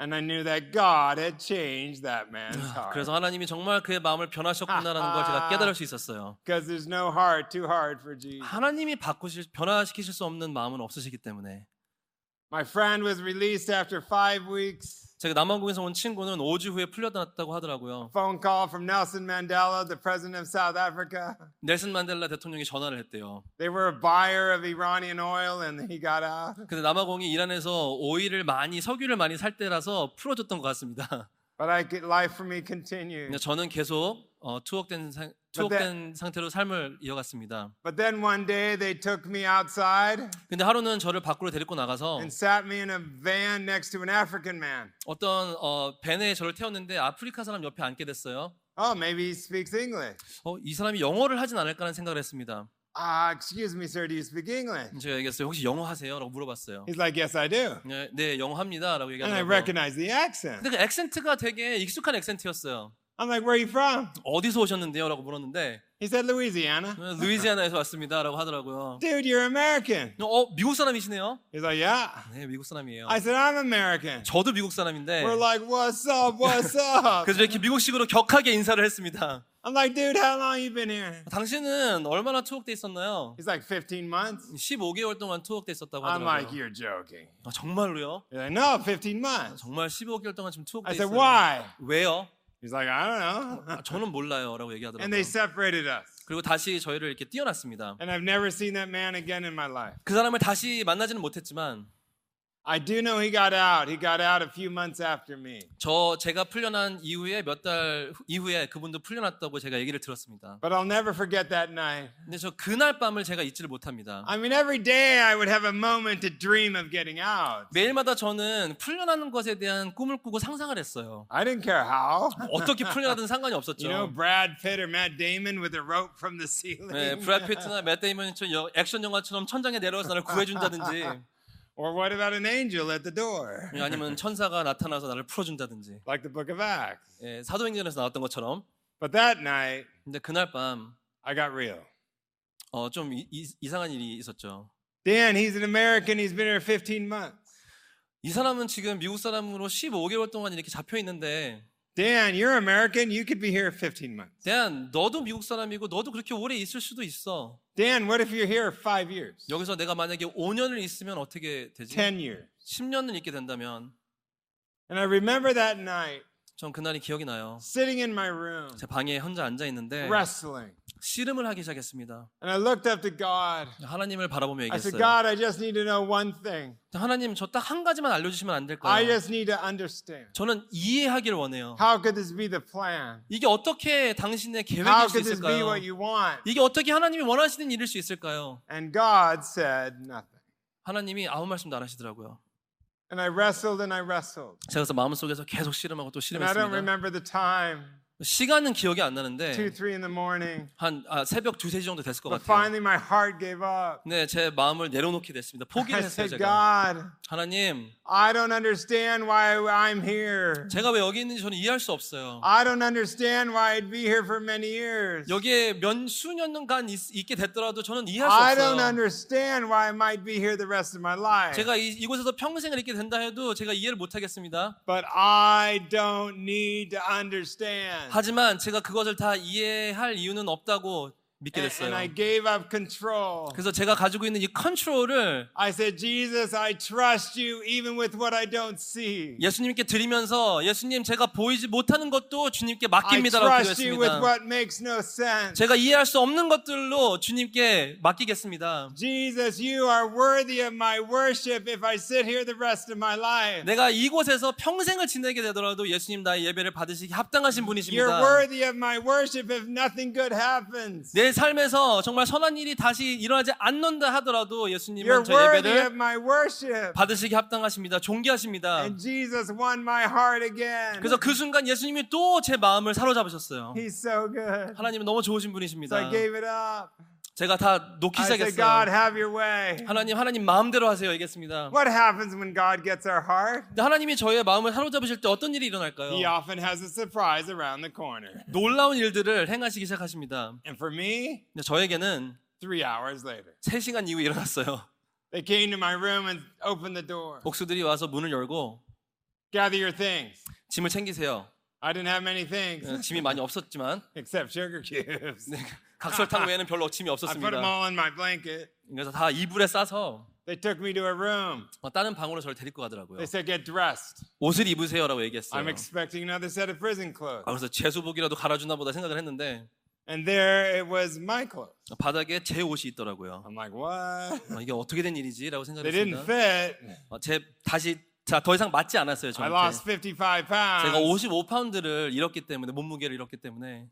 S1: And I knew that God had changed that man's heart.
S2: 그래서 하나님이 정말 그의 마음을 변화하셨구나라는 걸 제가 깨달을 수 있었어요.
S1: Because there's no heart too hard for Jesus.
S2: 하나님이 바꾸실 변화시키실 수 없는 마음은 없으시기 때문에
S1: My friend was released after five weeks.
S2: 제가 남한국에서 온 친구는 5주 후에 풀려났다고 하더라고요.
S1: Phone call from Nelson Mandela, the president of South Africa.
S2: 넬슨 만델라 대통령이 전화를 했대요.
S1: They were a buyer of Iranian oil and he got out.
S2: 근데 남아공이 이란에서 오일을 많이 석유를 많이 살 때라서 풀어줬던 것 같습니다.
S1: But I could, life for me continued.
S2: 근데 저는 계속 어, 투옥된 상, 투옥된 상태로 삶을 이어갔습니다.
S1: But then one day they took me outside
S2: 근데 하루는 저를 밖으로 데리고 나가서
S1: and sat me in a van next to an African man.
S2: 어떤 어, 벤에 저를 태웠는데 아프리카 사람 옆에 앉게 됐어요.
S1: Oh, maybe he speaks English.
S2: 어, 이 사람이 영어를 하진 않을까라는 생각을 했습니다.
S1: Ah, excuse me, sir, do you speak English?
S2: 제가 얘기했어요. 혹시 영어 하세요? 라고 물어봤어요.
S1: He's like, yes, I do.
S2: 네, 네, 영어 합니다. 라고
S1: And I
S2: 얘기하더라고요.
S1: recognize the accent.
S2: 근데 그 액센트가 되게 익숙한 액센트였어요.
S1: I'm like, where are you from?
S2: 어디서 오셨는데요? 라고 물었는데
S1: He said, Louisiana.
S2: 네, 루이지아나에서 왔습니다. 라고 하더라고요.
S1: Dude, you're American.
S2: 어, 미국 사람이시네요?
S1: He's like, yeah.
S2: 네, 미국 사람이에요.
S1: I said, I'm American.
S2: 저도 미국 사람인데
S1: We're like, what's up? What's up?
S2: 그래서 이렇게 미국식으로 격하게 인사를 했습니다.
S1: I'm like, dude, how long you been here?
S2: 당신은 얼마나 투옥돼 있었나요?
S1: He's like, 15 months.
S2: 15개월 동안 투옥돼 있었다고
S1: I'm like,
S2: 하더라고요.
S1: you're joking.
S2: 아, 정말로요?
S1: He's like, no, 15 months.
S2: 정말 15개월 동안 지금 투옥돼
S1: I said,
S2: 있어요.
S1: why?
S2: 왜요?
S1: He's like, I don't know.
S2: 아, 저는 몰라요라고 얘기하더라고요.
S1: And they separated us.
S2: 그리고 다시 저희를 이렇게 띄어놨습니다.
S1: And I've never seen that man again in my life.
S2: 그 사람을 다시 만나지는 못했지만
S1: I do know he got out. He got out a few months after me.
S2: 저 제가 풀려난 이후에 몇 달 이후에 그분도 풀려났다고 제가 얘기를 들었습니다.
S1: But I'll never forget that night.
S2: 근데 저 그날 밤을 제가 잊지를 못합니다.
S1: I mean, every day I would have a moment to dream of getting out.
S2: 매일마다 저는 풀려나는 것에 대한 꿈을 꾸고 상상을 했어요.
S1: I didn't care how.
S2: 어떻게 풀려나든 상관이
S1: You know,
S2: 없었죠.
S1: Brad Pitt or Matt Damon with a rope from the ceiling.
S2: 네, 브래드 피트나 맷 데이먼처럼 여- 액션 영화처럼 천장에 내려와서 나를 구해준다든지
S1: Or what about an angel at the door?
S2: 아니면 천사가 나타나서 나를 풀어준다든지
S1: Like the book of Acts.
S2: 예, 사도행전에서 나왔던 것처럼
S1: But that night,
S2: 근데 그날 밤
S1: I got real.
S2: 어, 좀 이, 상한 일이 있었죠.
S1: Dan, he's an American. He's been here 15 months.
S2: 이 사람은 지금 미국 사람으로 15개월 동안 이렇게 잡혀 있는데
S1: Dan, you're American. You could be here 15 months.
S2: 대한 너도 미국 사람이고 너도 그렇게 오래 있을 수도 있어.
S1: Dan, what if you're here five years,
S2: 여기서 내가 만약에 5년을 있으면 어떻게 되지?
S1: 10 years?
S2: 10년을 있게 된다면
S1: And I remember that night
S2: 전 그날이 기억이 나요.
S1: sitting in my room,
S2: 제 방에 혼자 앉아 있는데
S1: wrestling.
S2: 씨름을 하기 시작했습니다.
S1: And I looked up to God.
S2: 하나님을 바라보며
S1: I said,
S2: 얘기했어요.
S1: God, I just need to know one thing.
S2: 하나님 저 딱 한 가지만 알려주시면 안
S1: I
S2: 될까요?
S1: just need to understand.
S2: 저는 이해하길 원해요.
S1: How could this be the plan?
S2: 이게 어떻게 당신의
S1: How
S2: 계획일 수
S1: could this be
S2: 있을까요?
S1: what you want?
S2: 이게 어떻게 하나님이 원하시는 일일 수 있을까요?
S1: And God said nothing.
S2: 하나님이 아무 말씀도 안 하시더라고요.
S1: And I wrestled and I wrestled.
S2: 제가 그래서 마음속에서 계속 씨름하고 또
S1: And I don't
S2: 씨름했습니다.
S1: remember the time,
S2: 시간은 기억이 안
S1: two,
S2: 나는데
S1: three in the morning.
S2: 한 아, 새벽 두세 시 정도 됐을 것
S1: But
S2: 같아요.
S1: finally, my heart gave up.
S2: 네, 제 마음을 내려놓게 됐습니다.
S1: I
S2: 포기를 했어요,
S1: said,
S2: 제가.
S1: God,
S2: 하나님,
S1: I don't understand why I'm here.
S2: 제가 왜 여기 있는지 저는 이해할 수 없어요.
S1: I don't understand why I'd be here for many years.
S2: 여기에 몇 수년간 있, 있게 됐더라도 저는
S1: I
S2: 이해할 수
S1: don't
S2: 없어요.
S1: understand why I might be here the rest of my life.
S2: 제가 이, 이곳에서 평생을 있게 된다 해도 제가 이해를 못 하겠습니다.
S1: But I don't need to understand.
S2: 하지만 제가 그것을 다 이해할 이유는 없다고 믿게
S1: And,
S2: 됐어요.
S1: 네, and I gave up control.
S2: 그래서 제가 가지고 있는 이 컨트롤을
S1: I said, Jesus, I trust you even with what I don't see.
S2: 예수님께 드리면서 예수님 제가 보이지 못하는 것도 주님께
S1: I
S2: 맡깁니다라고
S1: trust you with
S2: 기도했습니다.
S1: what makes no sense.
S2: 제가 이해할 수 없는 것들로 주님께 맡기겠습니다.
S1: Jesus, you are worthy of my worship if I sit here the rest of my life.
S2: 내가 이곳에서 평생을 지내게 되더라도 예수님 나의 예배를 받으시기 합당하신
S1: You're
S2: 분이십니다.
S1: worthy of my worship if nothing good happens.
S2: 내 삶에서 정말 선한 일이 다시 일어나지 않는다 하더라도 예수님은
S1: You're
S2: 저
S1: worthy
S2: 예배를
S1: of my worship.
S2: 받으시기 합당하십니다. 존귀하십니다.
S1: And Jesus won my heart again.
S2: 그래서 그 순간 예수님이 또 제 마음을 사로잡으셨어요.
S1: He's so good.
S2: 하나님은 너무 좋으신
S1: So I
S2: 분이십니다.
S1: gave it up.
S2: 제가 다 놓기
S1: I said, God,
S2: 시작했어요.
S1: have your way.
S2: 하나님, 하나님 마음대로 하세요. 얘기했습니다.
S1: What happens when God gets our heart?
S2: 근데 하나님이 저의 마음을 사로잡으실 때 어떤 일이
S1: He
S2: 일어날까요?
S1: often has a surprise around the corner.
S2: 놀라운 일들을 행하시기 시작하십니다.
S1: And for me,
S2: 근데 저에게는
S1: three hours later,
S2: 3시간 이후 일어났어요.
S1: they came to my room and opened the door.
S2: 복수들이 와서 문을 열고
S1: Gather your things.
S2: 짐을 챙기세요.
S1: I didn't have many
S2: 어,
S1: things
S2: 짐이 많이 없었지만
S1: except sugar cubes.
S2: 각설탕 외에는 별로 짐이
S1: I put them
S2: 없었습니다.
S1: all in my blanket.
S2: 그래서 다 이불에 싸서
S1: They took me to a room.
S2: 어, 다른 방으로 저를 데리고 가더라고요.
S1: They said, get dressed.
S2: 옷을 입으세요라고 얘기했어요.
S1: I'm expecting another set of prison clothes.
S2: 아, 그래서 제수복이라도 갈아주나 보다 생각을 했는데
S1: And there it was my clothes.
S2: 바닥에 제 옷이 있더라고요.
S1: I'm like, what?
S2: 아, 이게 어떻게 된 일이지라고
S1: They didn't
S2: 생각했습니다.
S1: fit.
S2: 아, 제 다시 자더 이상 맞지 않았어요
S1: I
S2: 저한테.
S1: lost 55
S2: 제가
S1: pounds.
S2: 55파운드를 잃었기 때문에 몸무게를 잃었기 때문에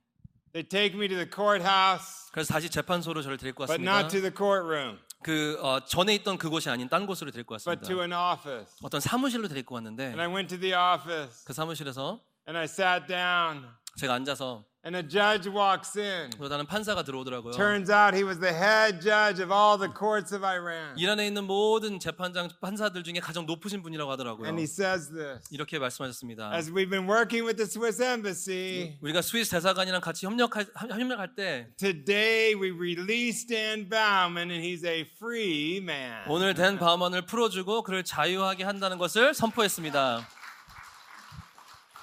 S1: They take me to the courthouse,
S2: 그래서 다시 재판소로 저를 데리고
S1: but
S2: 왔습니다.
S1: not to the courtroom,
S2: 그 어, 전에 있던 그곳이 아닌 딴 곳으로 데리고
S1: but to
S2: 왔습니다.
S1: an office.
S2: 어떤 사무실로 데리고 왔는데
S1: And I went to the office
S2: 그 사무실에서
S1: and I sat down,
S2: 제가 앉아서
S1: and a judge walks in.
S2: 그러다는 판사가 들어오더라고요.
S1: Turns out he was the head judge of all the courts of Iran.
S2: 이란에 있는 모든 재판장 판사들 중에 가장 높으신 분이라고 하더라고요.
S1: And he says this
S2: 이렇게 말씀하셨습니다.
S1: As we've been working with the Swiss embassy,
S2: 우리가 스위스 대사관이랑 같이 협력할, 협- 협력할 때
S1: today we released Dan Bauman, and he's a free man.
S2: 오늘 댄 바우먼을 풀어주고 그를 자유하게 한다는 것을 선포했습니다.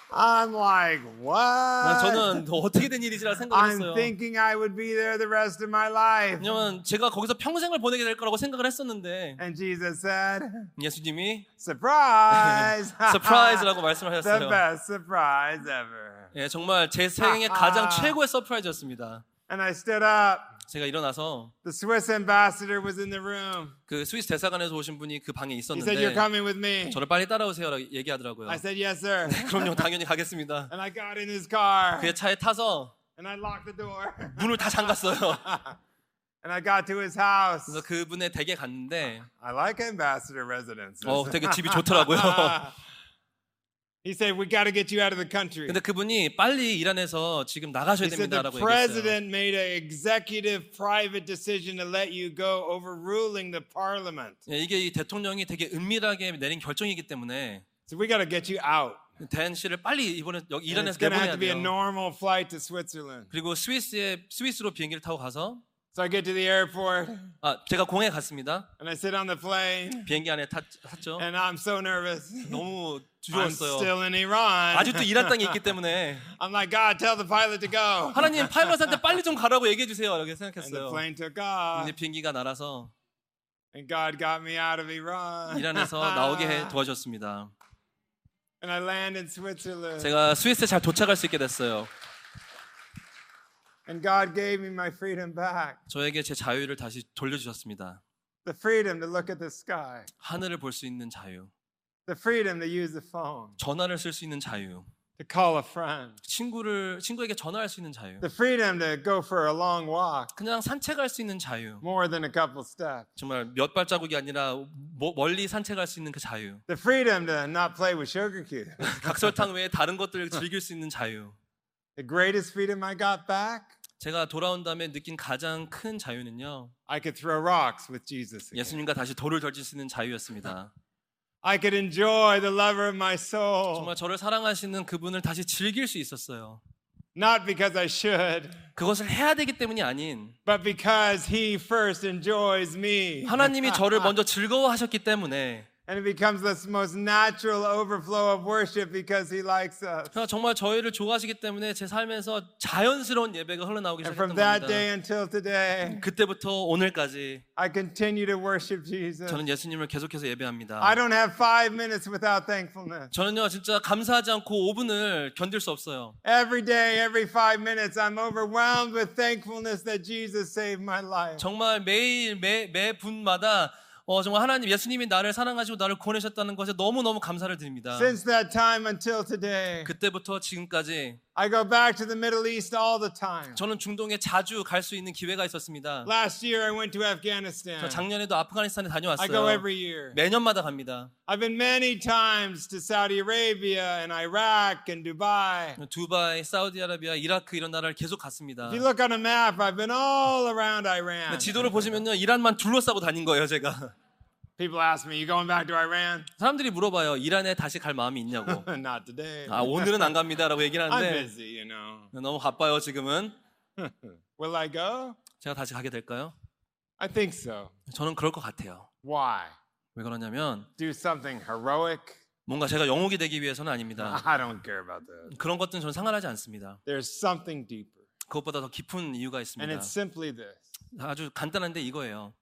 S1: I'm like,
S2: 아,
S1: what?
S2: 저는 어떻게 된 일이지라
S1: I'm
S2: 생각했어요.
S1: thinking I would be there the rest of my life.
S2: 왜냐면 제가 거기서 평생을 보내게 될 거라고 생각을 했었는데
S1: And Jesus said,
S2: 예수님이
S1: surprise!
S2: 서프라이즈라고 말씀을
S1: the
S2: 하셨어요.
S1: best 아, surprise ever.
S2: 예, 정말 제 생애 가장 최고의 서프라이즈였습니다.
S1: And I stood up.
S2: 제가 일어나서
S1: The Swiss ambassador was in the room.
S2: 그 스위스 대사관에서 오신 분이 그 방에
S1: He said, You're
S2: 있었는데
S1: coming with me.
S2: 저를 빨리 따라오세요라고 얘기하더라고요.
S1: I said, Yes, sir.
S2: 그럼요, 당연히 가겠습니다.
S1: And I got in his car
S2: 그의 차에 타서
S1: and I locked the door.
S2: 문을 다 잠갔어요.
S1: And I got to his house.
S2: 그래서 그분의 댁에 갔는데
S1: I like ambassador residences.
S2: 어 Oh, 되게 집이 좋더라고요.
S1: he said, We got to get you out of the country.
S2: 근데 그분이 빨리 이란에서 지금 나가셔야
S1: He said the
S2: 됩니다라고 얘기했어요.
S1: president made an executive private decision to let you go, overruling the parliament.
S2: 예, 이게 이 대통령이 되게 은밀하게 내린 결정이기 때문에
S1: So we got to get you out.
S2: 댄 씨를 빨리 이번에 여기
S1: And it's
S2: 이란에서
S1: going to have
S2: 내보내야
S1: to be a
S2: 돼요.
S1: normal flight to Switzerland.
S2: 그리고 스위스에 스위스로 비행기를 타고 가서
S1: So I get to the airport
S2: 아 제가 공항에 갔습니다.
S1: and I sit on the plane
S2: 비행기 안에 탔, 죠
S1: and I'm so nervous.
S2: 너무
S1: I'm
S2: 두려웠어요.
S1: still in Iran.
S2: 아직도 이란 땅에 있기 때문에
S1: I'm like, God, tell the pilot to go.
S2: 하나님 파일럿한테 빨리 좀 가라고 얘기해 주세요. 이렇게
S1: And the
S2: 생각했어요.
S1: plane took off
S2: 근데 비행기가 날아서
S1: and God got me out of Iran.
S2: 이란에서 나오게 해 도와주셨습니다.
S1: and I land in Switzerland
S2: 제가 스위스에 잘 도착할 수 있게 됐어요.
S1: and God gave me my freedom back.
S2: 저에게 제 자유를 다시 돌려주셨습니다.
S1: The freedom to look at the sky.
S2: 하늘을 볼 수 있는 자유,
S1: the freedom to use the phone,
S2: 전화를 쓸 수 있는 자유,
S1: to call a friend,
S2: 친구를 친구에게 전화할 수 있는 자유,
S1: the freedom to go for a long walk,
S2: 그냥 산책할 수 있는 자유.
S1: more than a couple steps,
S2: 정말 몇 발자국이 아니라 모- 멀리 산책할 수 있는 그 자유.
S1: the freedom to not play with sugar cubes.
S2: 각설탕 외에 다른 것들을 즐길 수 있는 자유.
S1: the greatest freedom I got back,
S2: 제가 돌아온 다음에 느낀 가장 큰 자유는요.
S1: I could throw rocks with Jesus. again.
S2: 예수님과 다시 돌을 던질 수 있는 자유였습니다.
S1: I could enjoy the lover of my soul,
S2: 정말 저를 사랑하시는 그분을 다시 즐길 수 있었어요.
S1: not because I should,
S2: 그것을 해야 되기 때문이 아닌
S1: but because he first enjoys me.
S2: 하나님이 저를 먼저 즐거워하셨기 때문에
S1: and it becomes the most natural overflow of worship because he likes us.
S2: 그러니까 정말 저희를 좋아하시기 때문에 제 삶에서 자연스러운 예배가 흘러나오기
S1: And
S2: 시작했던
S1: from that day
S2: 겁니다.
S1: until today,
S2: 그때부터 오늘까지
S1: I continue to worship Jesus.
S2: 저는 예수님을 계속해서
S1: I
S2: 예배합니다.
S1: don't have five minutes without thankfulness.
S2: 저는요 진짜 감사하지 않고 5분을 견딜 수 없어요.
S1: Every day, every five minutes, I'm overwhelmed with thankfulness that Jesus saved my life.
S2: 정말 매일 매, 매 분마다 어, 정말 하나님 예수님이 나를 사랑하시고 나를 구원하셨다는 것에 너무너무 감사를 드립니다.
S1: Since that time until today,
S2: 그때부터 지금까지
S1: I go back to the Middle East all the time.
S2: 저는 중동에 자주 갈 수 있는 기회가 있었습니다.
S1: Last year, I went to
S2: 저
S1: Afghanistan.
S2: 작년에도 아프가니스탄에
S1: I go
S2: 다녀왔어요.
S1: every year.
S2: 매년마다 갑니다.
S1: I've been many times to Saudi Arabia and Iraq and Dubai.
S2: 두바이, 사우디아라비아, 이라크 이런 나라를 계속 갔습니다.
S1: If you look on a map, I've been all around Iran.
S2: 근데 지도를 보시면요, 이란만 둘러싸고 다닌 거예요, 제가.
S1: People ask me, You going back to Iran?
S2: 사람들이 물어봐요, 이란에 다시 갈 마음이 있냐고.
S1: Not today.
S2: 아, 오늘은 안 갑니다라고 얘기를
S1: I'm
S2: 하는데
S1: busy, you know.
S2: 너무 바빠요, 지금은.
S1: Will I go?
S2: 제가 다시 가게 될까요?
S1: I think so.
S2: 저는 그럴 것 같아요.
S1: Why?
S2: 왜 그러냐면
S1: Do something heroic?
S2: 뭔가 제가 영웅이 되기 위해서는 아닙니다.
S1: I don't care about that.
S2: 그런 것들은 저는 상관하지 않습니다.
S1: There's something deeper.
S2: 그것보다 더 깊은 이유가
S1: And
S2: 있습니다.
S1: it's simply this
S2: 아주 간단한데 이거예요.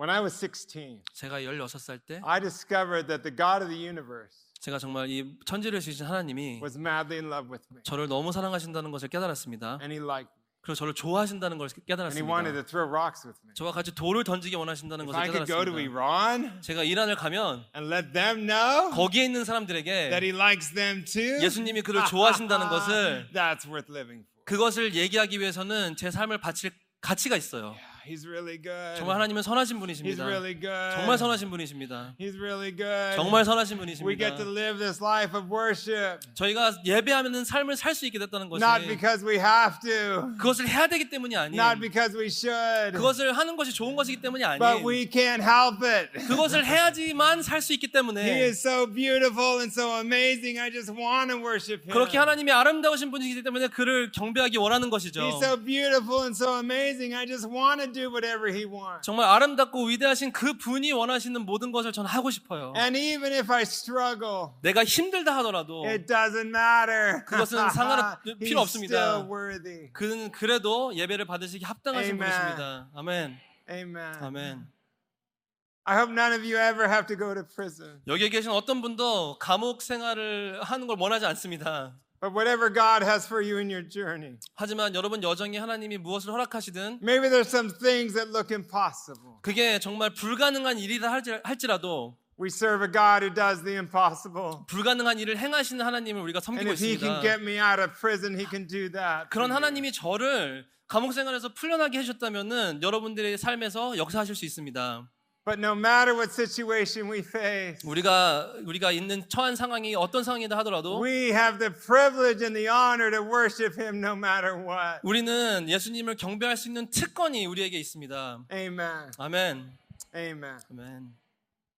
S1: When I was 16,
S2: 제가 16살 때
S1: I discovered that the God of the universe
S2: 제가 정말 이 천지를 지으신 하나님이
S1: was madly in love with me.
S2: 저를 너무 사랑하신다는 것을 깨달았습니다.
S1: And he liked me.
S2: 그리고 저를 좋아하신다는 것을
S1: And he wanted
S2: 깨달았습니다.
S1: to throw rocks with me.
S2: 저와 같이 돌을 던지기 원하신다는
S1: If
S2: 것을
S1: I could go to
S2: 깨달았습니다.
S1: Iran
S2: 제가 이란을 가면
S1: and let them know
S2: 거기에 있는
S1: that
S2: 사람들에게
S1: he likes them too,
S2: 예수님이 그를 좋아하신다는 것을
S1: that's worth living for.
S2: 그것을 얘기하기 위해서는 제 삶을 바칠 가치가 있어요.
S1: Yeah, he's really good.
S2: 정말 하나님은 선하신
S1: He's
S2: 분이십니다.
S1: really good.
S2: 정말 선하신 분이십니다.
S1: He's really good.
S2: 정말 선하신
S1: We get to
S2: 분이십니다.
S1: live this life of worship,
S2: 저희가 예배하는 삶을 살 수 있게 됐다는 것이
S1: not because we have to,
S2: 그것을 해야 되기 때문이 아니에요.
S1: not because we should,
S2: 그것을 하는 것이 좋은 것이기 때문이
S1: but
S2: 아니에요.
S1: we can't help it.
S2: 그것을 해야지만 살 수 있기
S1: He
S2: 때문에
S1: is so beautiful and so amazing. I just want to worship him.
S2: 그렇게 하나님이 아름다우신 분이시기 때문에 그를 경배하기 원하는 것이죠.
S1: He's so beautiful and so amazing. I just want to do whatever he wants.
S2: 정말 아름답고 위대하신 그 분이 원하시는 모든 것을 전 하고 싶어요.
S1: And even if I struggle,
S2: 내가 힘들다 하더라도
S1: it doesn't matter.
S2: 그것은 상관-
S1: He's
S2: 필요 없습니다.
S1: still worthy.
S2: 그는 그래도 예배를 받으시기 합당하신
S1: Amen.
S2: 분이십니다. 아멘.
S1: Amen.
S2: 아멘.
S1: I hope none of you ever have to go to prison.
S2: 여기에 계신 어떤 분도 감옥 생활을 하는 걸 원하지 않습니다.
S1: But whatever God has for you in your journey,
S2: 하지만 여러분 여정에 하나님이 무엇을 허락하시든
S1: maybe there's some things that look impossible.
S2: 그게 정말 불가능한 일이라 할지- 할지라도
S1: We serve a God who does the impossible.
S2: 불가능한 일을 행하시는 하나님을 우리가
S1: And
S2: 섬기고
S1: if he can
S2: 있습니다.
S1: get me out of prison, he can do that. for
S2: 그런
S1: you.
S2: 하나님이 저를 감옥 생활에서 풀려나게 해주셨다면은 여러분들의 삶에서 역사하실 수 있습니다.
S1: But no matter what situation we face,
S2: 우리가 우리가 있는 처한 상황이 어떤 상황이다 하더라도
S1: we have the privilege and the honor to worship him no matter what.
S2: 우리는 예수님을 경배할 수 있는 특권이 우리에게 있습니다.
S1: Amen.
S2: 아멘.
S1: Amen.
S2: 아멘.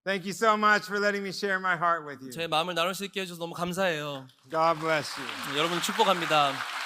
S1: Thank you so much for letting me share my heart with you.
S2: 제 마음을 나눌 수 있게 해주셔서 너무 감사해요.
S1: God bless you.
S2: 여러분 축복합니다.